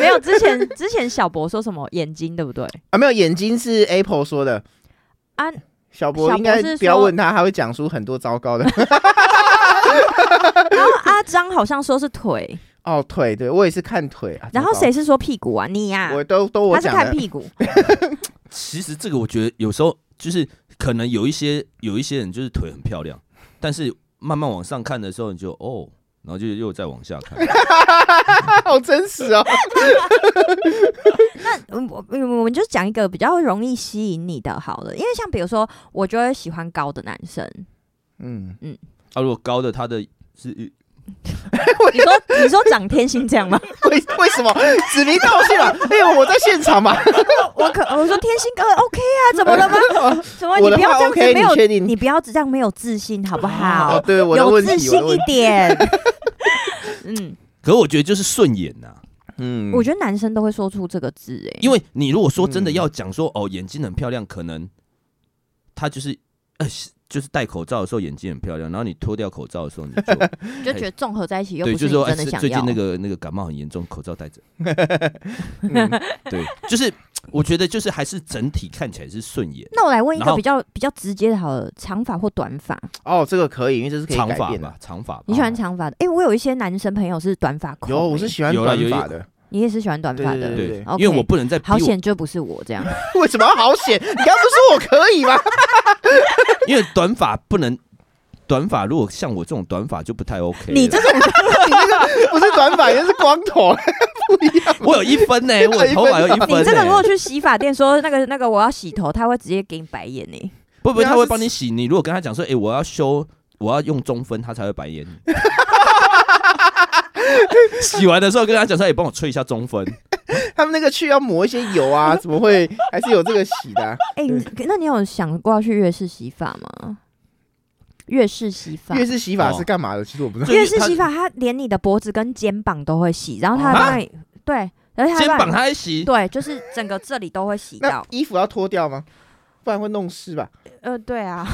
B: 没有，之前之前小博说什么眼睛对不对？
A: 啊，没有，眼睛是 Apple 说的
B: 啊。
A: 小博
B: 小
A: 应
B: 博
A: 该
B: 是
A: 不要
B: 说
A: 问他，他会讲出很多糟糕的。 [laughs]
B: 然后
A: 啊
B: 阿张好像说是腿，
A: 哦，腿，对我也是看腿啊。
B: 然后
A: 糟糕
B: 谁？是说屁股啊？你呀、
A: 我都都
B: 他
A: 我
B: 是
A: 讲
B: 看
A: 的。
B: 屁股，
C: 其实这个我觉得有时候就是可能有一些有一些人就是腿很漂亮，但是慢慢往上看的时候你就哦，然后就又再往下
B: [laughs]
C: 看。
A: [laughs] 好真实哦。
B: 嗯，我我我们就讲一个比较容易吸引你的好了，因为像比如说，我就会喜欢高的男生。
A: 嗯，
C: 啊，如果高的他的是呃
B: 你说你说长天性这样
A: [laughs]
B: 吗？
A: 为为什么指名道姓啊？ [laughs] 哎呦，我在现场嘛。
B: 我可我说天性高 OK 啊，怎么了吗？怎么你
A: 我的
B: 不要
A: 话
B: 这样
A: OK，
B: 子没有
A: 你确定？
B: 你不要这样没有自信好不好？
A: 哦，对我的
B: 有
A: 问题，
B: 自
A: 我
B: 信
A: 的
B: 一
A: 问题。
B: 点。
A: [laughs]
B: 嗯，
C: 可我觉得就是顺眼呐、
A: 嗯
B: 我觉得男生都会说出这个字哎、
C: 因为你如果说真的
A: 嗯
C: 要讲说、哦，眼睛很漂亮，可能他就是呃是就是戴口罩的时候眼睛很漂亮，然后你脱掉口罩的时
B: [laughs]
C: 候你就
B: 就觉得综合在一起又
C: 对，
B: 不
C: 就是是说
B: 你
C: 哎
B: 真的
C: 是
B: 想
C: 最
B: 要
C: 近。那个那个感冒很严重，口罩
B: [laughs]
C: 戴着。
A: 嗯
C: 对，就是我觉得就是还是整体看起来是顺眼，
B: 那我来问一
C: 然
B: 个
C: 后
B: 比较比较直接的，好了，长发或短发？
A: 哦，这个可以，因为这是可以
C: 长
A: 改
C: 发
A: 变的。
C: 吧，长发吧。
B: 你喜欢
C: 哦
B: 长发的？哎、我有一些男生朋友是短发控、
A: 有，我
B: 诶
A: 是喜欢
C: 有啦
A: 短
C: 有一
A: 发 [laughs] 的。
B: 你也是喜欢短发
A: 对
B: 的，
C: 对，
B: OK
C: 因为我不能再逼
B: 好
C: 我，
B: 险就不是我
C: [laughs]
B: 这样。
A: 为什么要好险？你刚刚不是说我可以吗？
C: 因为短发不能。短发如果像我这种短发就不太 OK 了。
B: [laughs] 你这
C: [laughs]
B: 种
A: 你那个 [laughs] 不是短发，你那是光
B: [laughs]
A: 头。
C: 我有一分呢、我的头发有一分、呢
B: 你这个如果去洗发店说那个那个我要洗头，他会直接给你白眼呢、
C: 不不，
A: 对啊
C: 他会
A: 是
C: 帮你洗。你如果跟他讲说，哎、我要修，我要用中分，他才会白眼你。 [laughs] 洗完的时候跟他讲说，哎、帮我吹一下中
B: [laughs]
C: 分。
A: 他们那个去要抹一些油啊，怎么会还是有这个洗
B: [laughs]
A: 的啊、
B: 哎、你那你有想过要去粤式洗发吗？粤式洗发，
A: 越是洗
B: 哦
A: 发是干嘛的？其实我不知道。
B: 粤式洗发，它连你的脖子跟肩膀都会洗，然后它
A: 啊
B: 帮你对，然后它
C: 肩
B: 帮
C: 膀
B: 你
C: 他还洗，
B: 对，就是整个这里都会洗
A: 那
B: 到。
A: 衣服要脱掉吗？不然会弄湿吧？
B: 呃，对啊，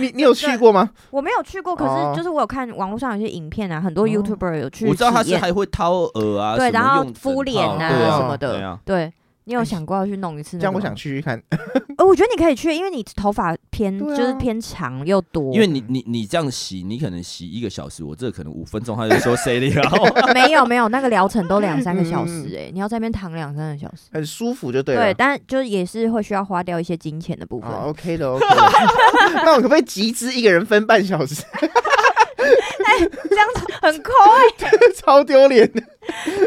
A: 你你有去过吗？
B: 我没有去过，可
A: 哦
B: 是就是我有看网络上有些影片啊，很多
A: 哦
B: YouTuber 有去体验。
C: 我知道他是还会掏耳啊，
B: 对，
C: 什么
B: 然后
C: 用
B: 敷
C: 枕
B: 脸
C: 套
B: 啊
C: 对
B: 什么
C: 对
B: 的
C: 啊，
B: 对。你有
A: 哎
B: 想过要去弄一次？
A: 这样我想，去去看。
B: 呃，我觉得你可以去，因为你头发偏
A: 对
B: 就
A: 啊
B: 是偏长又多，
C: 因为你你你这样洗，你可能洗一个小时，我这个可能五分钟他哦就说 [laughs] 谁了，
B: 呃没有没有那个疗程都两三个小
A: 嗯
B: 时，哎，你要在那边躺两三个小时，
A: 很舒服就对啊了。
B: 对，但就是也是会需要花掉一些金钱的部分
A: 哦。，OK 的，OK 的。
B: [laughs]
A: 那我可不可以集资一个人分半小时？ [laughs]
B: 这样子很抠。
A: 超丢脸的。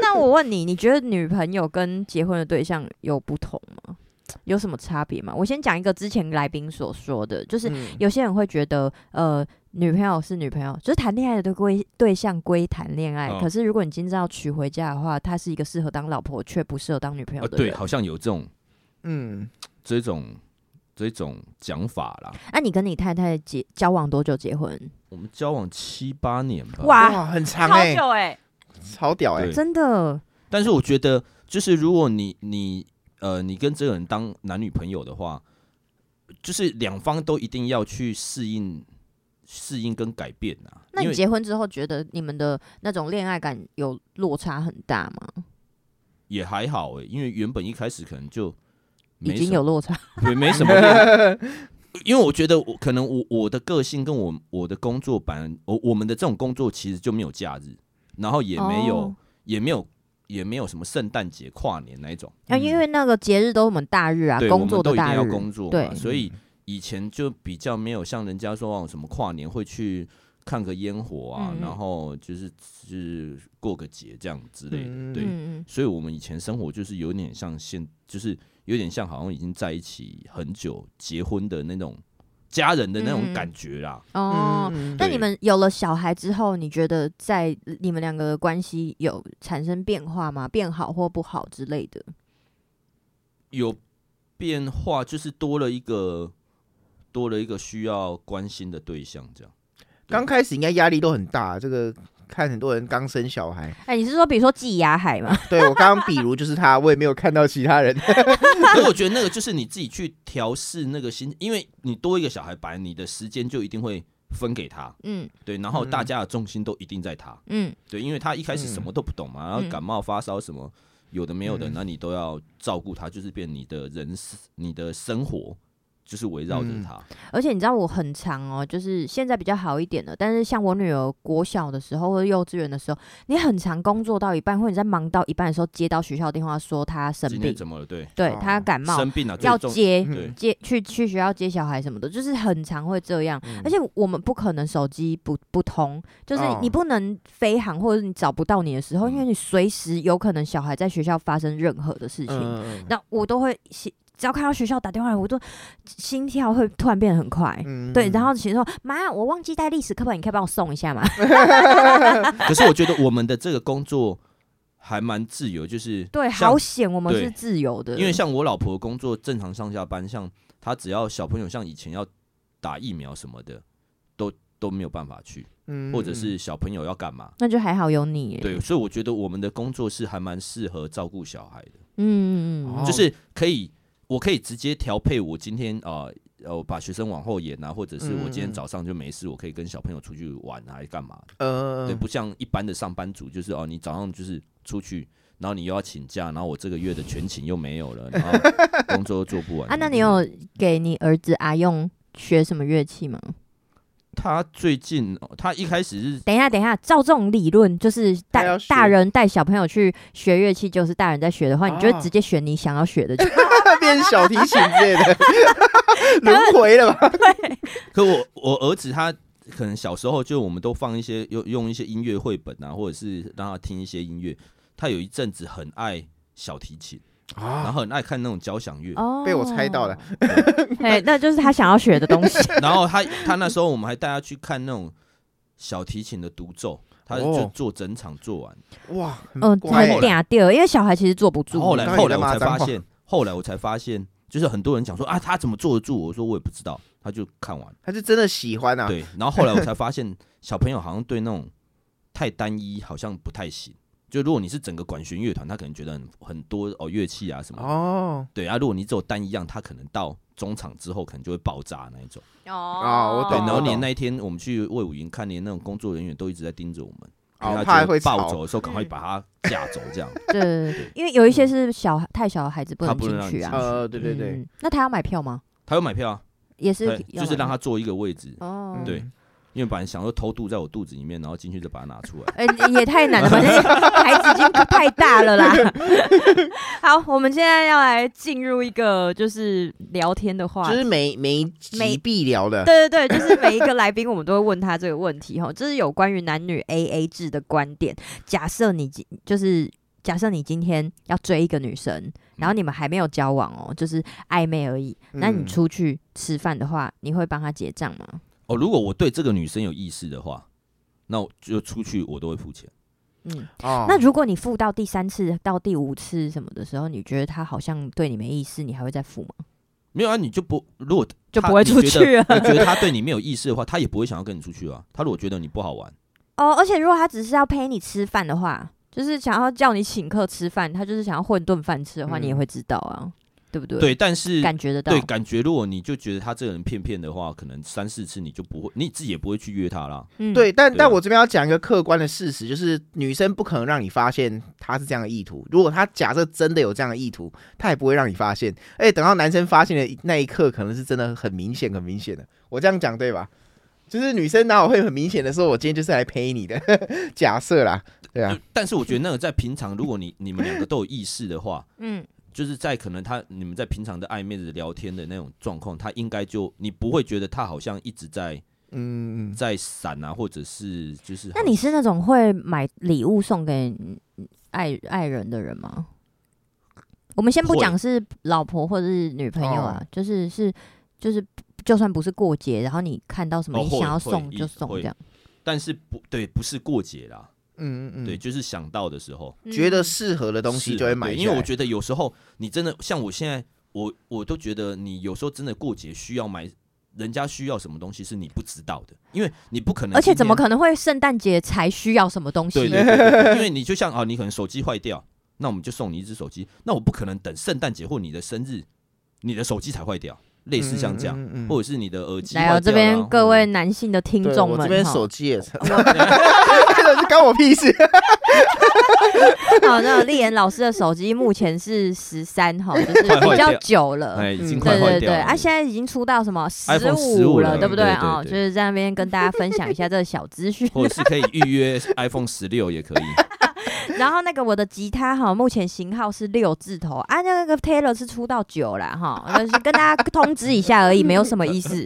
B: 那我问你，你觉得女朋友跟结婚的对象有不同吗？有什么差别吗？我先讲一个之前来宾所说的，就是
A: 嗯
B: 有些人会觉得，呃，女朋友是女朋友，就是谈恋爱的归对象归谈恋爱，
C: 哦
B: 可是如果你今天要娶回家的话，她是一个适合当老婆却不适合当女朋友
C: 啊
B: 的
C: 对，
B: 人。
C: 好像有这种
A: 嗯，
C: 这种这种讲法啦。
B: 那、啊你跟你太太结交往多久结婚？
C: 我们交往七八年吧，
A: 哇，很长哎，
B: 哎、
A: 超屌哎
C: 哦对。
B: 真的，
C: 但是我觉得，就是如果你你呃，你跟这个人当男女朋友的话，就是两方都一定要去适应、适应跟改变啊。
B: 那
C: 因
B: 你
C: 为
B: 结婚之后觉得你们的那种恋爱感有落差很大吗？
C: 也还好欸诶、因为原本一开始可能就
B: 已
C: 没
B: 经
C: 什
B: 有
C: 么
B: 落差，
C: 也没什么恋，因为我觉得我可能我我的个性跟我我的工作版，我我们的这种工作其实就没有假日，然后也没有、
B: 哦
C: 也没有也没有什么圣诞节、跨年那一种。
B: 啊，因为那个节日都是我们大日啊，
C: 嗯对，
B: 工作
C: 我们
B: 的
C: 都一定
B: 大
C: 要
B: 日，
C: 工作嘛，
A: 嗯
B: 对
C: 所以以前就比较没有像人家说哦什么跨年会去看个烟火啊，
B: 嗯嗯
C: 然后就是就是过个节这样之类的，
A: 嗯
C: 对。
B: 嗯嗯，
C: 所以我们以前生活就是有点像现，就是有点像好像已经在一起很久、结婚的那种家人的那种
B: 嗯嗯
C: 感觉啦。
B: 哦，
A: 嗯，
B: 那
C: 对
B: 你们有了小孩之后，你觉得在你们两个的关系有产生变化吗？变好或不好之类的？
C: 有变化，就是多了一个多了一个需要关心的对象，这样。 [laughs]
A: 刚开始应该压力都很大，啊这个看很多人刚生小孩，
B: 哎、你是说比如说挤牙海吗？
A: 对我刚刚比如就是他，我也没有看到其他
C: [laughs]
A: 人，
C: 所以我觉得那个就是你自己去调试那个心，因为你多一个小孩，本来你的时间就一定会分给他，
B: [laughs] 嗯
C: 对，然后
A: 嗯
C: 大家的重心都一定在他，
B: 嗯
C: 对，因为他一开始什么都不懂嘛，然后感冒发烧什么有的没有的，
A: 嗯
C: 那你都要照顾他，就是变你的人生，你的生活就是围绕着
B: 嗯
C: 他，
B: 而且你知道我很长哦，就是现在比较好一点了，但是像我女儿国小的时候或者幼稚园的时候，你很常工作到一半，或者你在忙到一半的时候接到学校电话说她生
C: 今天
B: 病，
C: 怎么了？对，
B: 对她
A: 哦
B: 感冒
C: 生病了、啊最
B: 要
C: 重
B: 接
A: 嗯
C: 对，
B: 接去去学校接小孩什么的，就是很常会这样。
A: 嗯 [laughs]
B: 而且我们不可能手机不不通，就是
A: 哦
B: 你不能飞航或者你找不到你的时候，因为
C: 嗯
B: 你随时有可能小孩在学校发生任何的事情。
A: 嗯
B: 那我都会心，只要看到学校打电话来，我都心跳会突然变得很快。
A: 嗯
B: 对，然后其实说妈，我忘记带历史课本，你可以帮我送一下吗？ [laughs]
C: 可是我觉得我们的这个工作还蛮自由，就是
B: 对，
C: 像
B: 好险，我们
C: 对
B: 是自由的，
C: 因为像我老婆工作正常上下班，像她只要小朋友像以前要打疫苗什么的，都都没有办法去，
A: 嗯
C: 或者是小朋友要干嘛。
B: 那就还好有你。
C: 对，，所以我觉得我们的工作是还蛮适合照顾小孩的，
B: 嗯嗯
A: 哦
B: 嗯，
C: 就是可以，我可以直接调配我今天啊。呃呃，我把学生往后延啊，或者是
A: 嗯
C: 我今
A: 嗯
C: 天早上就没事，我可以跟小朋友出去玩啊，还干嘛的？
A: 呃
C: 对，不像一般的上班族，就是哦，你早上就是出去，然后你又要请假，然后我这个月的全勤又
A: [laughs]
C: 没有了，然后工作又做不完。
B: 啊，那你
C: 就是
B: 有给你儿子阿用学什么乐器吗？
C: 他最近哦他一开始是
B: 等一下，等一下，照这种理论，就是
A: 他
B: 带
A: 要学
B: 大人带小朋友去学乐器，就是大人在学的话，
A: 哦
B: 你就会直接选你想要学的就。
A: 那边小提琴之类
B: [laughs]
A: 的，轮回了
C: [laughs]
A: 吧？
C: 可我我儿子他可能小时候就我们都放一些用用一些音乐绘本啊，或者是让他听一些音乐。他有一阵子很爱小提琴，然
A: 啊，
C: 后很爱看那种交响乐。
B: 哦
A: [laughs] 被我猜到了。
B: 哎，那就是他想要学
A: [laughs]
B: 的东西。
C: 然后他 [laughs] 他那时候我们还带他去看那种小提琴的独奏，他就
A: 哦
C: 做整场做完。
A: 哇，
B: 嗯，
A: 乖
B: 很嗲掉，因为小孩其实坐不住。
C: 后来
A: 刚刚有
C: 后
A: 在
C: 来我
A: 骂
C: 才
A: 脏
C: 发
A: 话
C: 现，后来我才发现，就是很多人讲说啊，他怎么坐得住？我说我也不知道，他就看完。
A: 他是真的喜欢啊，
C: 对，然后后来我才发现，小朋友好像对那种太单一好像不太行。就如果你是整个管弦乐团，他可能觉得很很多哦乐器啊什么的，
A: 哦
C: 对啊。如果你只有单一样，他可能到中场之后可能就会爆炸那一种。
A: 哦我
C: 对，
A: 懂
C: 然
A: 我
C: 后
A: 懂
C: 连那一天我们去魏武营看，连那种工作人员都一直在盯着我们，因
A: 哦，
C: 为
A: 怕
C: 他觉
A: 会
C: 得
A: 吵
C: 暴，走的时候赶快把他架走，
B: [laughs]
C: 这样
B: 对对对，因为有一些是小孩太小的孩子不
C: 他
B: 能
C: 不能
B: 进
C: 让
B: 去
C: 你
B: 啊
C: 进。
A: 呃，对对对，
B: 嗯那他要买票吗？
C: 他有买票啊，
B: 也是
C: 对，
B: 要
C: 就是
B: 买
C: 让他坐一个位置，
B: 票哦
A: 嗯。
C: 对因为本来想说偷渡在我肚子里面，然后进去就把它拿出来。 [laughs]
B: 哎、也太难了吧！这孩子已经太大了啦。
A: [laughs]
B: 好，我们现在要来进入一个就是聊天的话
A: 就
B: 题
A: 是每每一集
B: 每
A: 必聊的，
B: 对对对，就是每一个来宾，我们都会问他这个问题哈，就是有关于男女 A A 制的观点。假设你今就是假设你今天要追一个女生，然后你们还没有交往哦，就是暧昧而已。那你
A: 嗯
B: 出去吃饭的话，你会帮她结账吗？
C: 哦，如果我对这个女生有意识的话，那我就出去我都会付钱。
B: 嗯，
A: 哦，
B: 那如果你付到第三次到第五次什么的时候，你觉得她好像对你没意思，你还会再付吗？
C: 没有啊，你就不如果
B: 就
C: 他
B: 不会
C: 你
B: 出
C: 觉
B: 去
C: 得 [laughs] 你觉得他对你没有意识的话，他也不会想要跟你出去啊。他如果觉得你不好玩，
B: [laughs] 哦，而且如果他只是要陪你吃饭的话，就是想要叫你请客吃饭，他就是想要混顿饭吃的话，
A: 嗯
B: 你也会知道啊，对不对？
C: 对，但是
B: 感觉得到
C: 对。感觉，如果你就觉得他这个人骗骗的话，可能三四次你就不会，你自己也不会去约他啦。
B: 嗯，
A: 对，但
C: 对
A: 但
C: 啊
A: 我这边要讲一个客观的事实，就是女生不可能让你发现她是这样的意图。如果她假设真的有这样的意图，她也不会让你发现。哎，等到男生发现的那一刻，可能是真的很明显、很明显的。我这样讲对吧？就是女生哪有会很明显的说，我今天就是来陪你的？ [laughs] 假设啦，对啊
C: 就，但是我觉得那个在平常，如果你你们两个都有意识的话，
B: 嗯，
C: 就是在可能他你们在平常的暧昧的聊天的那种状况，他应该就你不会觉得他好像一直在
A: 嗯，
C: 在闪啊，或者是就是好
B: 那你是那种会买礼物送给爱爱人的人吗？我们先不
C: 会哦
B: 讲是老婆或者是女朋友啊，就是是就是，就算不是过节，然后你看到什么
C: 哦
B: 你
C: 会
B: 想要
C: 会
B: 送就
C: 一
B: 送
C: 会
B: 这样，
C: 但是不对，不是过节啦，
A: 嗯嗯
C: 对，
A: 嗯，
C: 就是想到的时候
A: 觉得
B: 嗯
A: 适合的东西
C: 是
A: 就会
C: 对
A: 买下来。
C: 因为我觉得有时候你真的像我现在，我我都觉得你有时候真的过节需要买人家需要什么东西是你不知道的，因为你不可能，
B: 而且怎么？可能会圣诞节才需要什么东
C: 对
B: 西？
C: 对对对对因为你就像啊，你可能手机坏掉，那我们就送你一只手机，那我不可能等圣诞节或你的生日，你的手机才坏掉，类似像这样，
A: 嗯嗯嗯
C: 或者是你的耳机坏
B: 来哦，
C: 掉啦
B: 这边各位
C: 嗯
B: 男性的听
A: 对
B: 众
A: 我
B: 们
A: 这边
B: 哈
A: 手机
B: [laughs]
A: 也是，这是关我屁事。
B: 好，那丽妍老师的手机目前是十三哈，就是
C: 快坏
B: 比较
C: 掉
B: 久了。
C: 哎，已经快
B: 对
C: 坏
B: 对
C: 掉
B: 对，
C: 了。
B: 啊，现在已经出到什么十
C: iPhone
B: 五
C: 15了
B: 对不
C: 对对
B: 啊、
C: 对。
B: 就是在那边跟大家分享一下这个小资讯 [laughs]
C: 或者是可以预约 iPhone 十六也
A: [laughs]
C: 可以。
B: 然后那个我的吉他哈，目前型号是六字头啊，那个 Taylor 是出到九啦哈， [laughs] 就是跟大家通知一下而已，没有什么意
C: [laughs]
B: 思。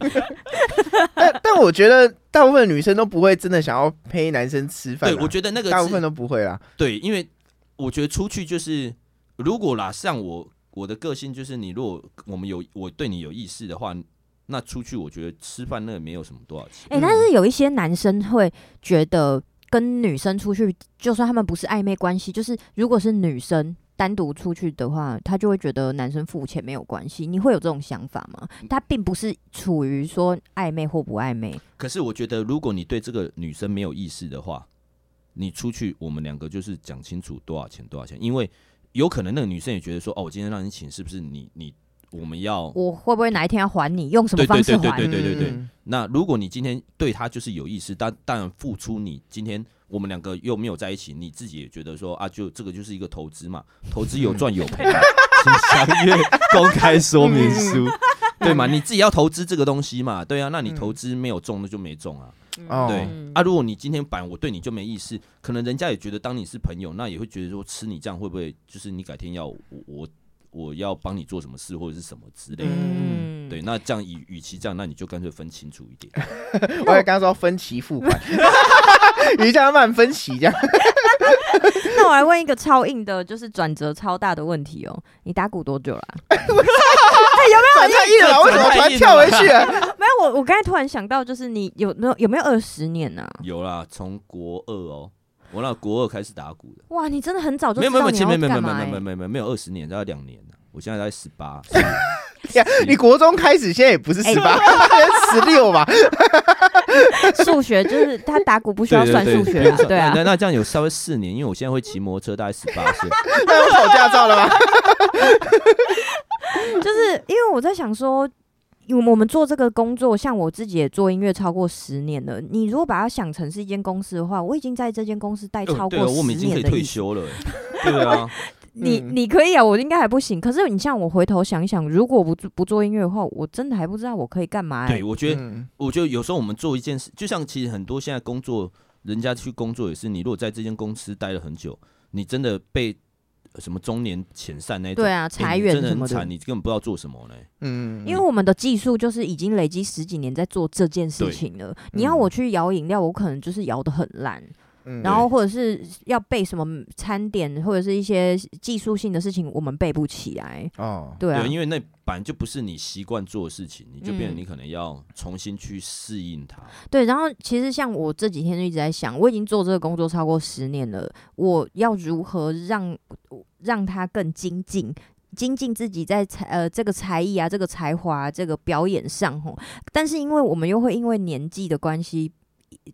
A: 但但我觉得大部分女生都不会真的想要陪男生吃饭
C: 对，
A: 啦，
C: 我觉得那个
A: 大部
C: 是
A: 分都不会啦。
C: 对，因为我觉得出去就是，如果啦，像我我的个性就是，你如果我们有我对你有意识的话，那出去我觉得吃饭那个没有什么多少钱。
B: 哎、但是有一些男生会觉得跟女生出去，就算他们不是暧昧关系，就是如果是女生单独出去的话，他就会觉得男生付钱没有关系。你会有这种想法吗？他并不是处于说暧昧或不暧昧，
C: 可是我觉得，如果你对这个女生没有意识的话，你出去我们两个就是讲清楚多少钱多少钱，因为有可能那个女生也觉得说，哦，我今天让你请，是不是你你我们要
B: 我会不会哪一天要还你？用什么方式还？
C: 对对对对
A: 嗯
C: 那如果你今天对他就是有意思，但但付出你今天我们两个又没有在一起，你自己也觉得说啊，就这个就是一个投资嘛，投资有赚有赔嘛，请详阅公开说明书，对嘛？你自己要投资这个东西嘛，对啊，那你投资没有中那就没中啊，
A: 哦
C: 对
B: 嗯
C: 啊。如果你今天板我对你就没意思，可能人家也觉得当你是朋友，那也会觉得说吃你这样会不会就是你改天要我我我要帮你做什么事或者是什么之类的，
B: 嗯，
C: 对，那这样与与其这样，那你就干脆分清楚一点。
A: 我也跟他说分期付
C: [laughs]
A: 款，你叫他慢慢分期这样。
B: 那我来问一个超硬的，就是转折超大的问题哦。你打鼓多久了啊、
A: 转太硬了，为什么突然跳回去
C: [laughs]
A: 啊？
B: 没有，我我刚才突然想到，就是你有没有有没有二十年啊呢、
C: 有啦，从国二哦，我那国二开始打鼓的，
B: 哇，你真的很早就
C: 没
B: 哦知
C: 有没
B: 道
C: 有
B: 你
C: 没
B: 要
C: 有没有没有
B: 干
C: 没有
B: 嘛、
C: 没有没
B: 欸？
C: 有没有没有没有二十年，大概两年了我现在大概十八，
A: 你国中开始，现在也不是十八，
B: 哎
A: 十六吧？
B: [laughs] 数学就是他打鼓不需要算数学啊， [laughs] 对啊
C: 那。那这样有稍微四年，因为我现在会骑摩托车，大概十八岁。
A: 那有考驾照了吗？
B: 就是因为我在想说，因为我们做这个工作，像我自己也做音乐超过十年了。你如果把它想成是一间公司的话，我已经在这间公司待 [laughs] 超
C: 对
B: 过
C: 啊，
B: 十
C: 我们已经可
B: 年
C: 以
B: 的
C: 退
B: 意思。
C: 休
B: [laughs]
C: 了，欸对啊，
B: 你
A: 嗯
B: 你可以啊，我应该还不行。可是你像我回头想一想，如果我不做不做音乐的话，我真的还不知道我可以干嘛、欸
C: 对，。我觉得
A: 嗯
C: 我觉得有时候我们做一件事，就像其实很多现在工作，人家去工作也是，你如果在这间公司待了很久，你真的被呃什么中年遣散那种，
B: 对啊，
C: 欸
B: 裁
C: 你
B: 员
C: 真的
B: 什么
C: 很
B: 的
C: 惨，。你根本不知道做什么呢。
A: 嗯
B: 因为我们的技术就是已经累积十几年在做这件事
C: 对嗯
B: 情了。你要我去摇饮料，我可能就是摇的很烂，
A: 嗯
B: 然后或者是要背什么餐点或者是一些技术性的事情，我们背不起来。
A: 哦，
B: 对啊，
C: 因为那本来就不是你习惯做的事情，你就
B: 嗯
C: 变成你可能要重新去适应它。
B: 对。然后其实像我这几天就一直在想，我已经做这个工作超过十年了，我要如何让让它更精进？精进自己在才呃这个才艺啊，这个才华、这个表演上吼，但是因为我们又会因为年纪的关系，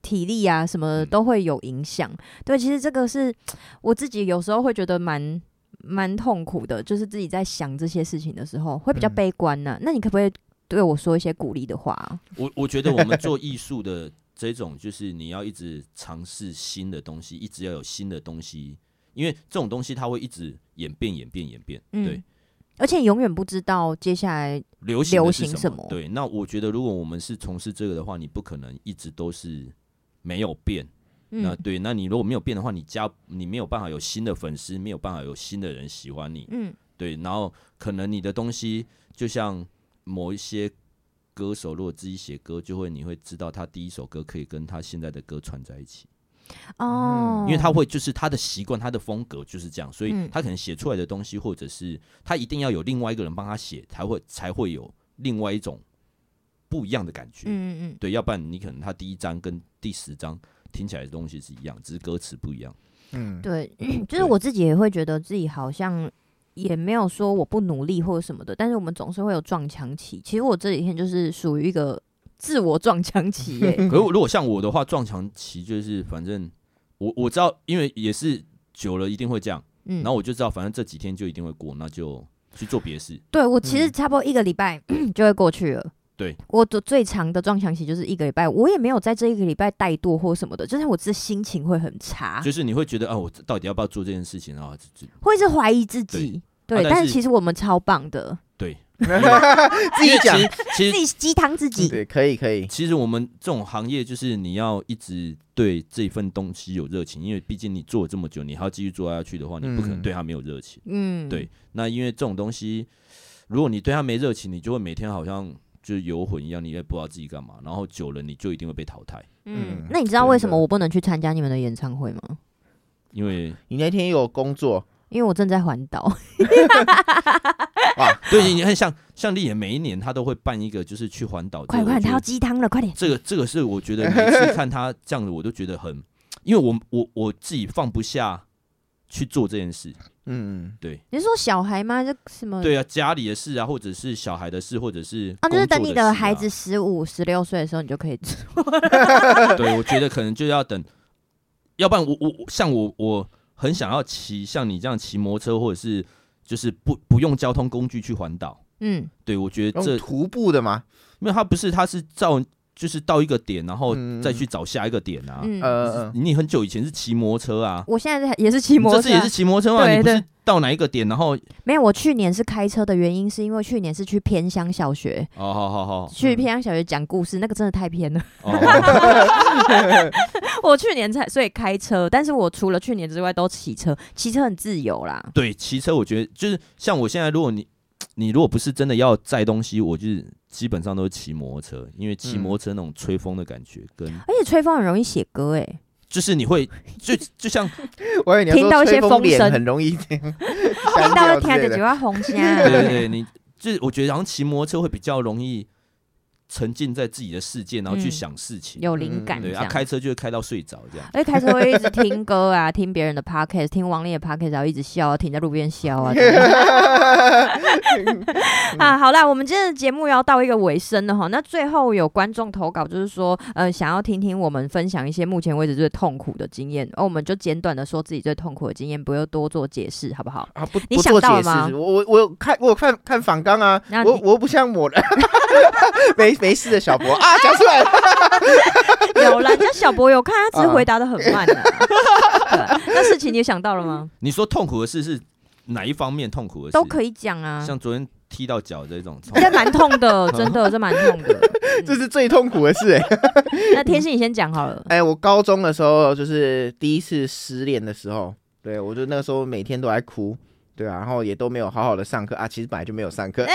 B: 体力啊什么的
C: 嗯
B: 都会有影响。对，其实这个是我自己有时候会觉得蛮蛮痛苦的，就是自己在想这些事情的时候会比较
A: 嗯
B: 悲观呢、那你可不可以对我说一些鼓励的话啊？
C: 我我觉得我们做艺术
B: [laughs]
C: 的这种，就是你要一直尝试新的东西，一直要有新的东西，因为这种东西它会一直演变、演变、演变。
B: 嗯
C: 对，
B: 而且永远不知道接下来，
C: 流行的
B: 流
C: 是
B: 行
C: 什
B: 什么
C: 对，那我觉得如果我们是从事这个的话，你不可能一直都是没有变。那
B: 嗯
C: 对，那你如果没有变的话，你加你没有办法有新的粉丝，没有办法有新的人喜欢你。
B: 嗯
C: 对，然后可能你的东西就像某一些歌手，如果自己写歌，就会你会知道他第一首歌可以跟他现在的歌串在一起，
B: 哦，
C: 因为他会就是他的习惯，他的风格就是这样，所以
B: 嗯
C: 他可能写出来的东西，或者是他一定要有另外一个人帮他写，才会才会有另外一种不一样的感觉。
B: 嗯嗯嗯，
C: 对，要不然你可能他第一章跟第十章听起来的东西是一样，只是歌词不一样。
A: 嗯，
B: 对，就是我自己也会觉得自己好像也没有说我不努力或者什么的，但是我们总是会有撞墙期。其实我这几天就是属于一个自我撞墙期耶、 [laughs]
C: 可是我如果像我的话，撞墙期就是反正我我知道，因为也是久了一定会这样，
B: 嗯
C: 然后我就知道反正这几天就一定会过，那就去做别的事。
B: 对我其实差不多一个礼拜 [coughs] 就会过去了。
C: 对，
B: 我的最长的撞墙期就是一个礼拜，我也没有在这一个礼拜怠惰或什么的，就是我自己心情会很差，
C: 就是你会觉得啊，我到底要不要做这件事情啊？这这
B: 会是怀疑自己。对，
C: 啊但是
B: 但是其实我们超棒的，
C: 对，
A: [laughs] 自己讲嗯
C: 因为其实其
B: 自
C: 实
B: 己鸡汤自己。
A: 对，可以可以，
C: 其实我们这种行业就是你要一直对这份东西有热情，因为毕竟你做了这么久，你还要继续做下去的话，你不可能
A: 嗯
C: 对它没有热情。
B: 嗯，
C: 对，那因为这种东西，如果你对它没热情，你就会每天好像就是游魂一样，你也不知道自己干嘛，然后久了你就一定会被淘汰，
B: 嗯
A: 嗯。
B: 那你知道为什么
A: 真的
B: 我不能去参加你们的演唱会吗？
C: 因为
A: 你那天有工作，
B: 因为我正在环岛。
C: [laughs] 对，你看像像丽妍每一年她都会办一个，就是去环岛
B: [laughs]
C: 的，
B: 快快，
C: 我觉
B: 他
C: 得
B: 要鸡汤了，快点！
C: 这个这个是我
B: [laughs]
C: 觉得每次看她这样子，我都觉得很，因为我我我自己放不下去做这件事，
A: 嗯，
B: 你是说小孩吗？这什么？
C: 对啊，家里的事啊，或者是小孩的事，或者是
B: 啊，嗯就是
C: 工作
B: 等你
C: 的事
B: 的
C: 啊
B: 孩子，十五、十六岁的时候，你就可以。
C: 对我觉得可能就要等，要不然我我我像我我很想要骑像你这样骑摩托车，或者是就是不不用交通工具去环岛。
B: 嗯，
C: 对我觉得这
A: 用徒步的嘛，
C: 没有他不是他是照就是到一个点，然后
A: 嗯
C: 再去找下一个点啊。
B: 嗯，
A: 呃，嗯
C: 你很久以前是骑摩托车啊，
B: 我现在在也是骑
C: 你
B: 摩
C: 这
B: 托
C: 次
B: 车
C: 也
B: 啊，
C: 是骑摩托车嘛？
B: 对
C: 你不是
B: 对
C: 到哪一个点，然后
B: 没有。我去年是开车的原因，是因为去年是去偏乡小学，
C: 哦，好好好，
B: 去偏乡小学讲故事，那个真的太偏了。 [laughs]
C: 哦好，
B: 我去年才所以开车，但是我除了去年之外都骑车，骑车很自由啦。
C: 对，骑车我觉得就是像我现在，如果你你如果不是真的要载东西，我就是基本上都是骑摩托车，因为骑
A: 嗯
C: 摩托车那种吹风的感觉，
B: [laughs]
C: 跟
B: 而且吹风很容易写歌哎，
C: 就是你会就
B: [laughs]
C: 就像
A: 我以为你要
B: 听到
A: 说
B: 一些
A: 吹风
B: 风声
A: 脸很容易
B: [laughs]
A: 听
B: 听到
A: 到
B: 听着就要红虾。
C: 对对对，你就是我觉得好像骑摩托车会比较容易沉浸在自己的世界，然后去
B: 嗯
C: 想事情。
B: 有灵感这
C: 对，啊，
B: 样。
C: 开车就会开到睡着这样。
B: 而且开车会一直听歌啊， [laughs] 听别人的 podcast，听王力的 podcast，然后一直笑啊，停在路边笑
C: [laughs]
B: 啊。 [laughs] 啊，好啦，我们今天的节目要到一个尾声了哈。那最后有观众投稿，就是说，呃，想要听听我们分享一些目前为止最痛苦的经验，哦，我们就简短的说自己最痛苦的经验，不用多做解释，好不
C: [laughs]
B: 好？
A: 啊，不
B: 你
A: 不
B: 想
A: 做
B: 到了
A: 解释
B: 吗，
A: 我我我有看我有看看访纲啊
B: 那，
A: 我
B: 你
A: 我又不像我的， [laughs] 没没事的小博啊，讲出来了，
B: 有啦，人家小博有看，他只是回答的很慢啊。对那事情你想到了吗？
C: 你说痛苦的事是哪一方面痛苦的事？
B: 都可以讲啊，
C: 像昨天踢到脚这种 [laughs] 哦痛。
B: 这蛮痛的，真的，这蛮痛
C: [laughs]
B: 的。
A: 这是最痛苦的事哎、
B: 那天心，你先讲好了。
A: [laughs] 哎，我高中的时候就是第一次失恋的时候，对我就那个时候每天都在哭，对啊，然后也都没有好好的上课啊，其实本来就没有上
B: [laughs]
A: 课。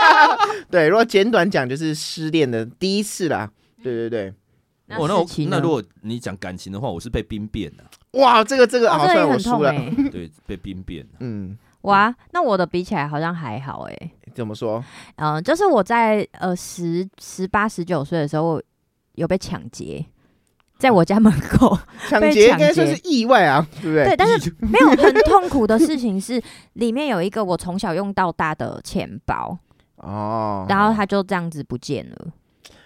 A: [laughs] 对，如果简短讲就是失恋的第一次啦，对对对，
C: 哦，那我
B: 事情呢
C: 那如果你讲感情的话，我是被兵变的、
A: 哇，这个这个
B: 哦
A: 好
B: 这
A: 算
B: 也
A: 我
B: 很
A: 输
B: 痛
A: 了，
B: 哎。
C: 对，被兵变。
A: 嗯，
B: 哇，那我的比起来好像还好哎、
A: 怎么说？
B: 嗯、就是我在呃十十八十九岁的时候我有被抢劫，在我家门
C: [laughs]
B: 口。
A: 抢
B: 被
A: 劫
B: 抢
A: 应该算
B: 劫
A: 是意外啊，对不对？
B: 对，但是没有很痛苦的事情是，里面有一个我从小用到大的钱
C: [laughs]
B: 包，
A: 哦，
B: 然后它就这样子不见了。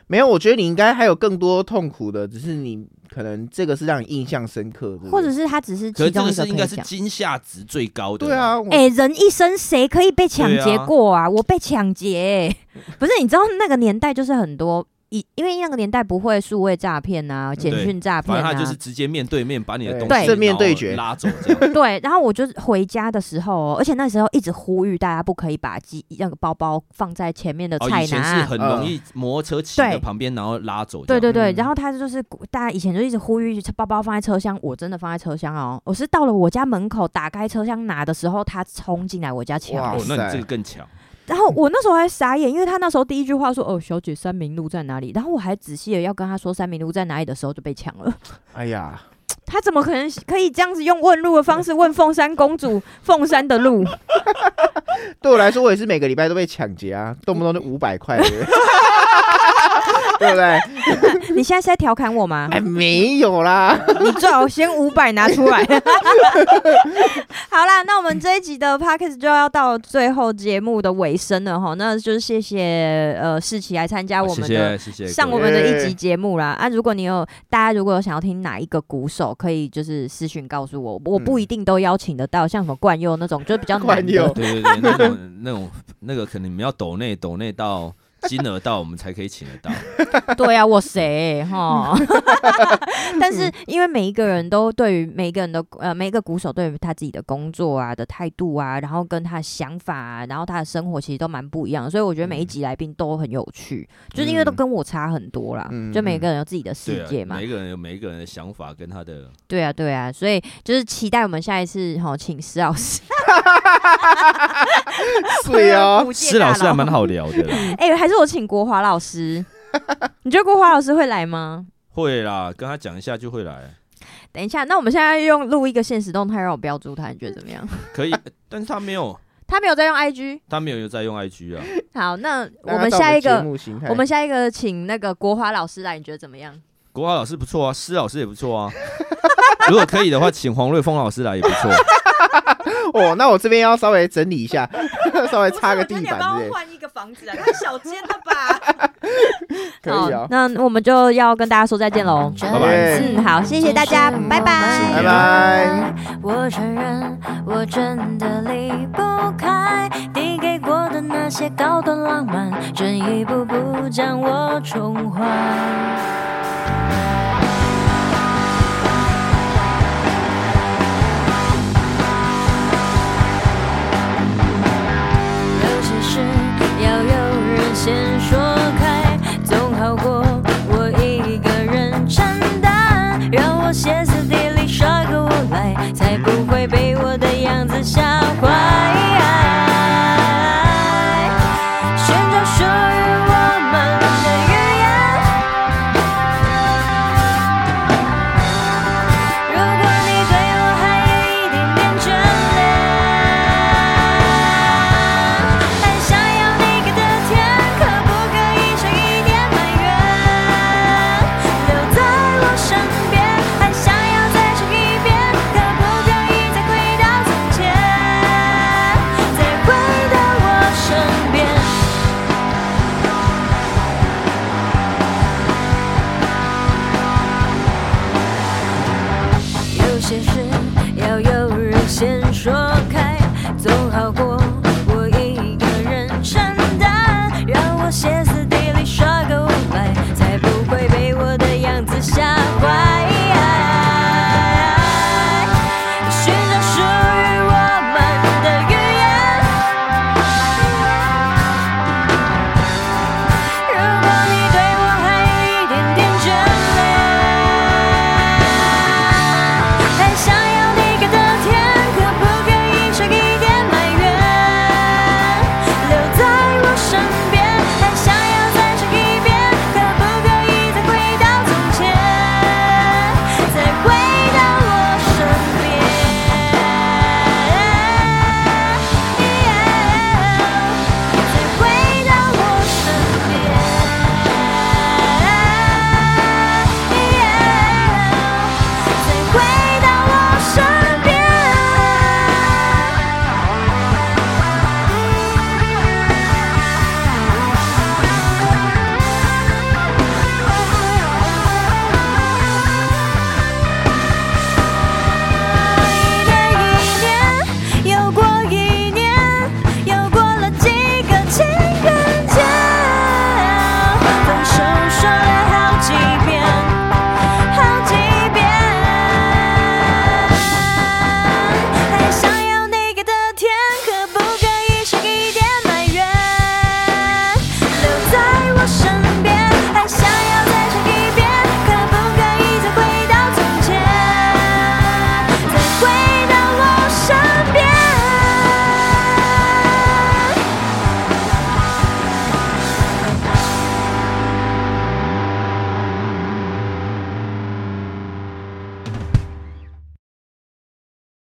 A: 没有，我觉得你应该还有更多痛苦的，只是你可能这个是让你印象深刻的，
B: 或者是它只是
C: 嗯可
B: 其
C: 是这
B: 中一
C: 个
B: 个
C: 是
B: 可
C: 应该
B: 以
C: 是
B: 讲。
C: 惊吓值最高的。
A: 对，啊，我
B: 哎、人一生谁可以被抢劫
C: 对啊
B: 过啊？我被抢劫、哎 [laughs] 不是？你知道那个年代就是很多，以因为那个年代不会数位诈骗啊、简
C: 嗯对
B: 讯诈骗
C: 反正
B: 啊，
C: 他就是直接面对面把你的
A: 对
C: 东西
B: 对
A: 正面
C: 然后
A: 对决
C: 拉走
B: [laughs]
C: 这样。
B: 对，然后我就是回家的时候、哦，而且那时候一直呼吁大家不可以把鸡那个包包放在前面的
C: 哦，
B: 菜
C: 以前
B: 篮。
C: 是很容易摩托车骑
B: 对
C: 在旁边，然后拉走这
B: 对
C: 样。
B: 对对，
A: 嗯
B: 然后他就是大家以前就一直呼吁包包放在车厢，我真的放在车厢哦，我是到了我家门口打开车厢拿的时候，他冲进来我家抢
A: 哇
C: 哦
B: 的，，
C: 那
A: 塞
C: 你这个更强。
B: 然后我那时候还傻眼，因为他那时候第一句话说哦小姐三明路在哪里，然后我还仔细的要跟他说三明路在哪里的时候就被抢了， [laughs]
A: 哎呀，
B: 他怎么可能可以这样子用问路的方式问凤山公主 [laughs] 凤山的路？
A: 对我来说，我也是每个礼拜都被抢劫啊，动不动就五百块。对不对对不对？
B: 你现在是在调侃我
C: [laughs]
B: 吗？
A: 哎，没有
B: [laughs]
A: 啦，
B: 你最好先五百拿出来。 [laughs] 好啦，那我们这一集的 p o d c a s t 就要到最后节目的尾声了哈，那就是谢谢呃世奇来参加我
C: 啊谢
B: 们
C: 谢
B: 的。
C: 谢谢各位，
B: 上我们的一集节目啦啊！如果你有大家如果有想要听哪一个鼓手，可以就是私讯告诉我，我不一定都邀请得到，像什么冠佑那种就比
A: [laughs]
B: 较难
A: 嗯冠
B: 得。
A: 佑
B: [laughs]
C: 对对对，那种那种那个可能你们要抖内抖内到金额到，我们才可以请得到。
B: 对啊，我谁
A: [laughs]
B: 哈？但是因为每一个人都对于每一个人的呃每一个鼓手对于他自己的工作啊的态度啊，然后跟他的想法、啊，然后他的生活其实都蛮不一样的，所以我觉得
A: 嗯
B: 每一集来宾都很有趣，就是因为都跟我差很多啦，
A: 嗯
B: 就每个人有自己的世
C: 嗯对
B: 界
C: 啊，
B: 嘛。
C: 每一个人有每一个人的想法跟他的，
B: 对啊，对啊，所以就是期待我们下一次哈，请施老师。
A: 是
B: [laughs]
A: 哦，
B: 不见
C: 施老
B: 大
C: 师还蛮好聊的啦，
B: [laughs] 哎、还是我请国华老师， [laughs] 你觉得国华老师会来吗？
C: 会啦，跟他讲一下就会来，
B: 等一下，那我们现在用录一个现实动态让我标注他，你觉得怎么样？ [laughs]
C: 可以，但是他没有，
B: 他没有在用 IG。
C: 他没有在用 IG 啊，
B: 好，那我
A: 让他
B: 们
A: 到
B: 下一
A: 节
B: 个，
A: 目形态
B: 我们下一个请那个国华老师来，你觉得怎么样？
C: 国华老师不错啊，施老师也不错啊，如果可以的话，请黄瑞峰老师来也不错。
A: 哦，那我这边要稍微整理一下， [laughs] 稍微擦个地板之类的，
B: 换一个房子啊，太小间了吧？
A: [laughs] 可以哦。
B: 那我们就要跟大家说再见喽，
D: 拜
C: 拜
B: 嗯，好，谢谢大家，拜拜。
A: 拜拜。
D: 我承认，我真的离不开你给过的那些高端浪漫，正一步步将我宠坏。尤其是要有人先说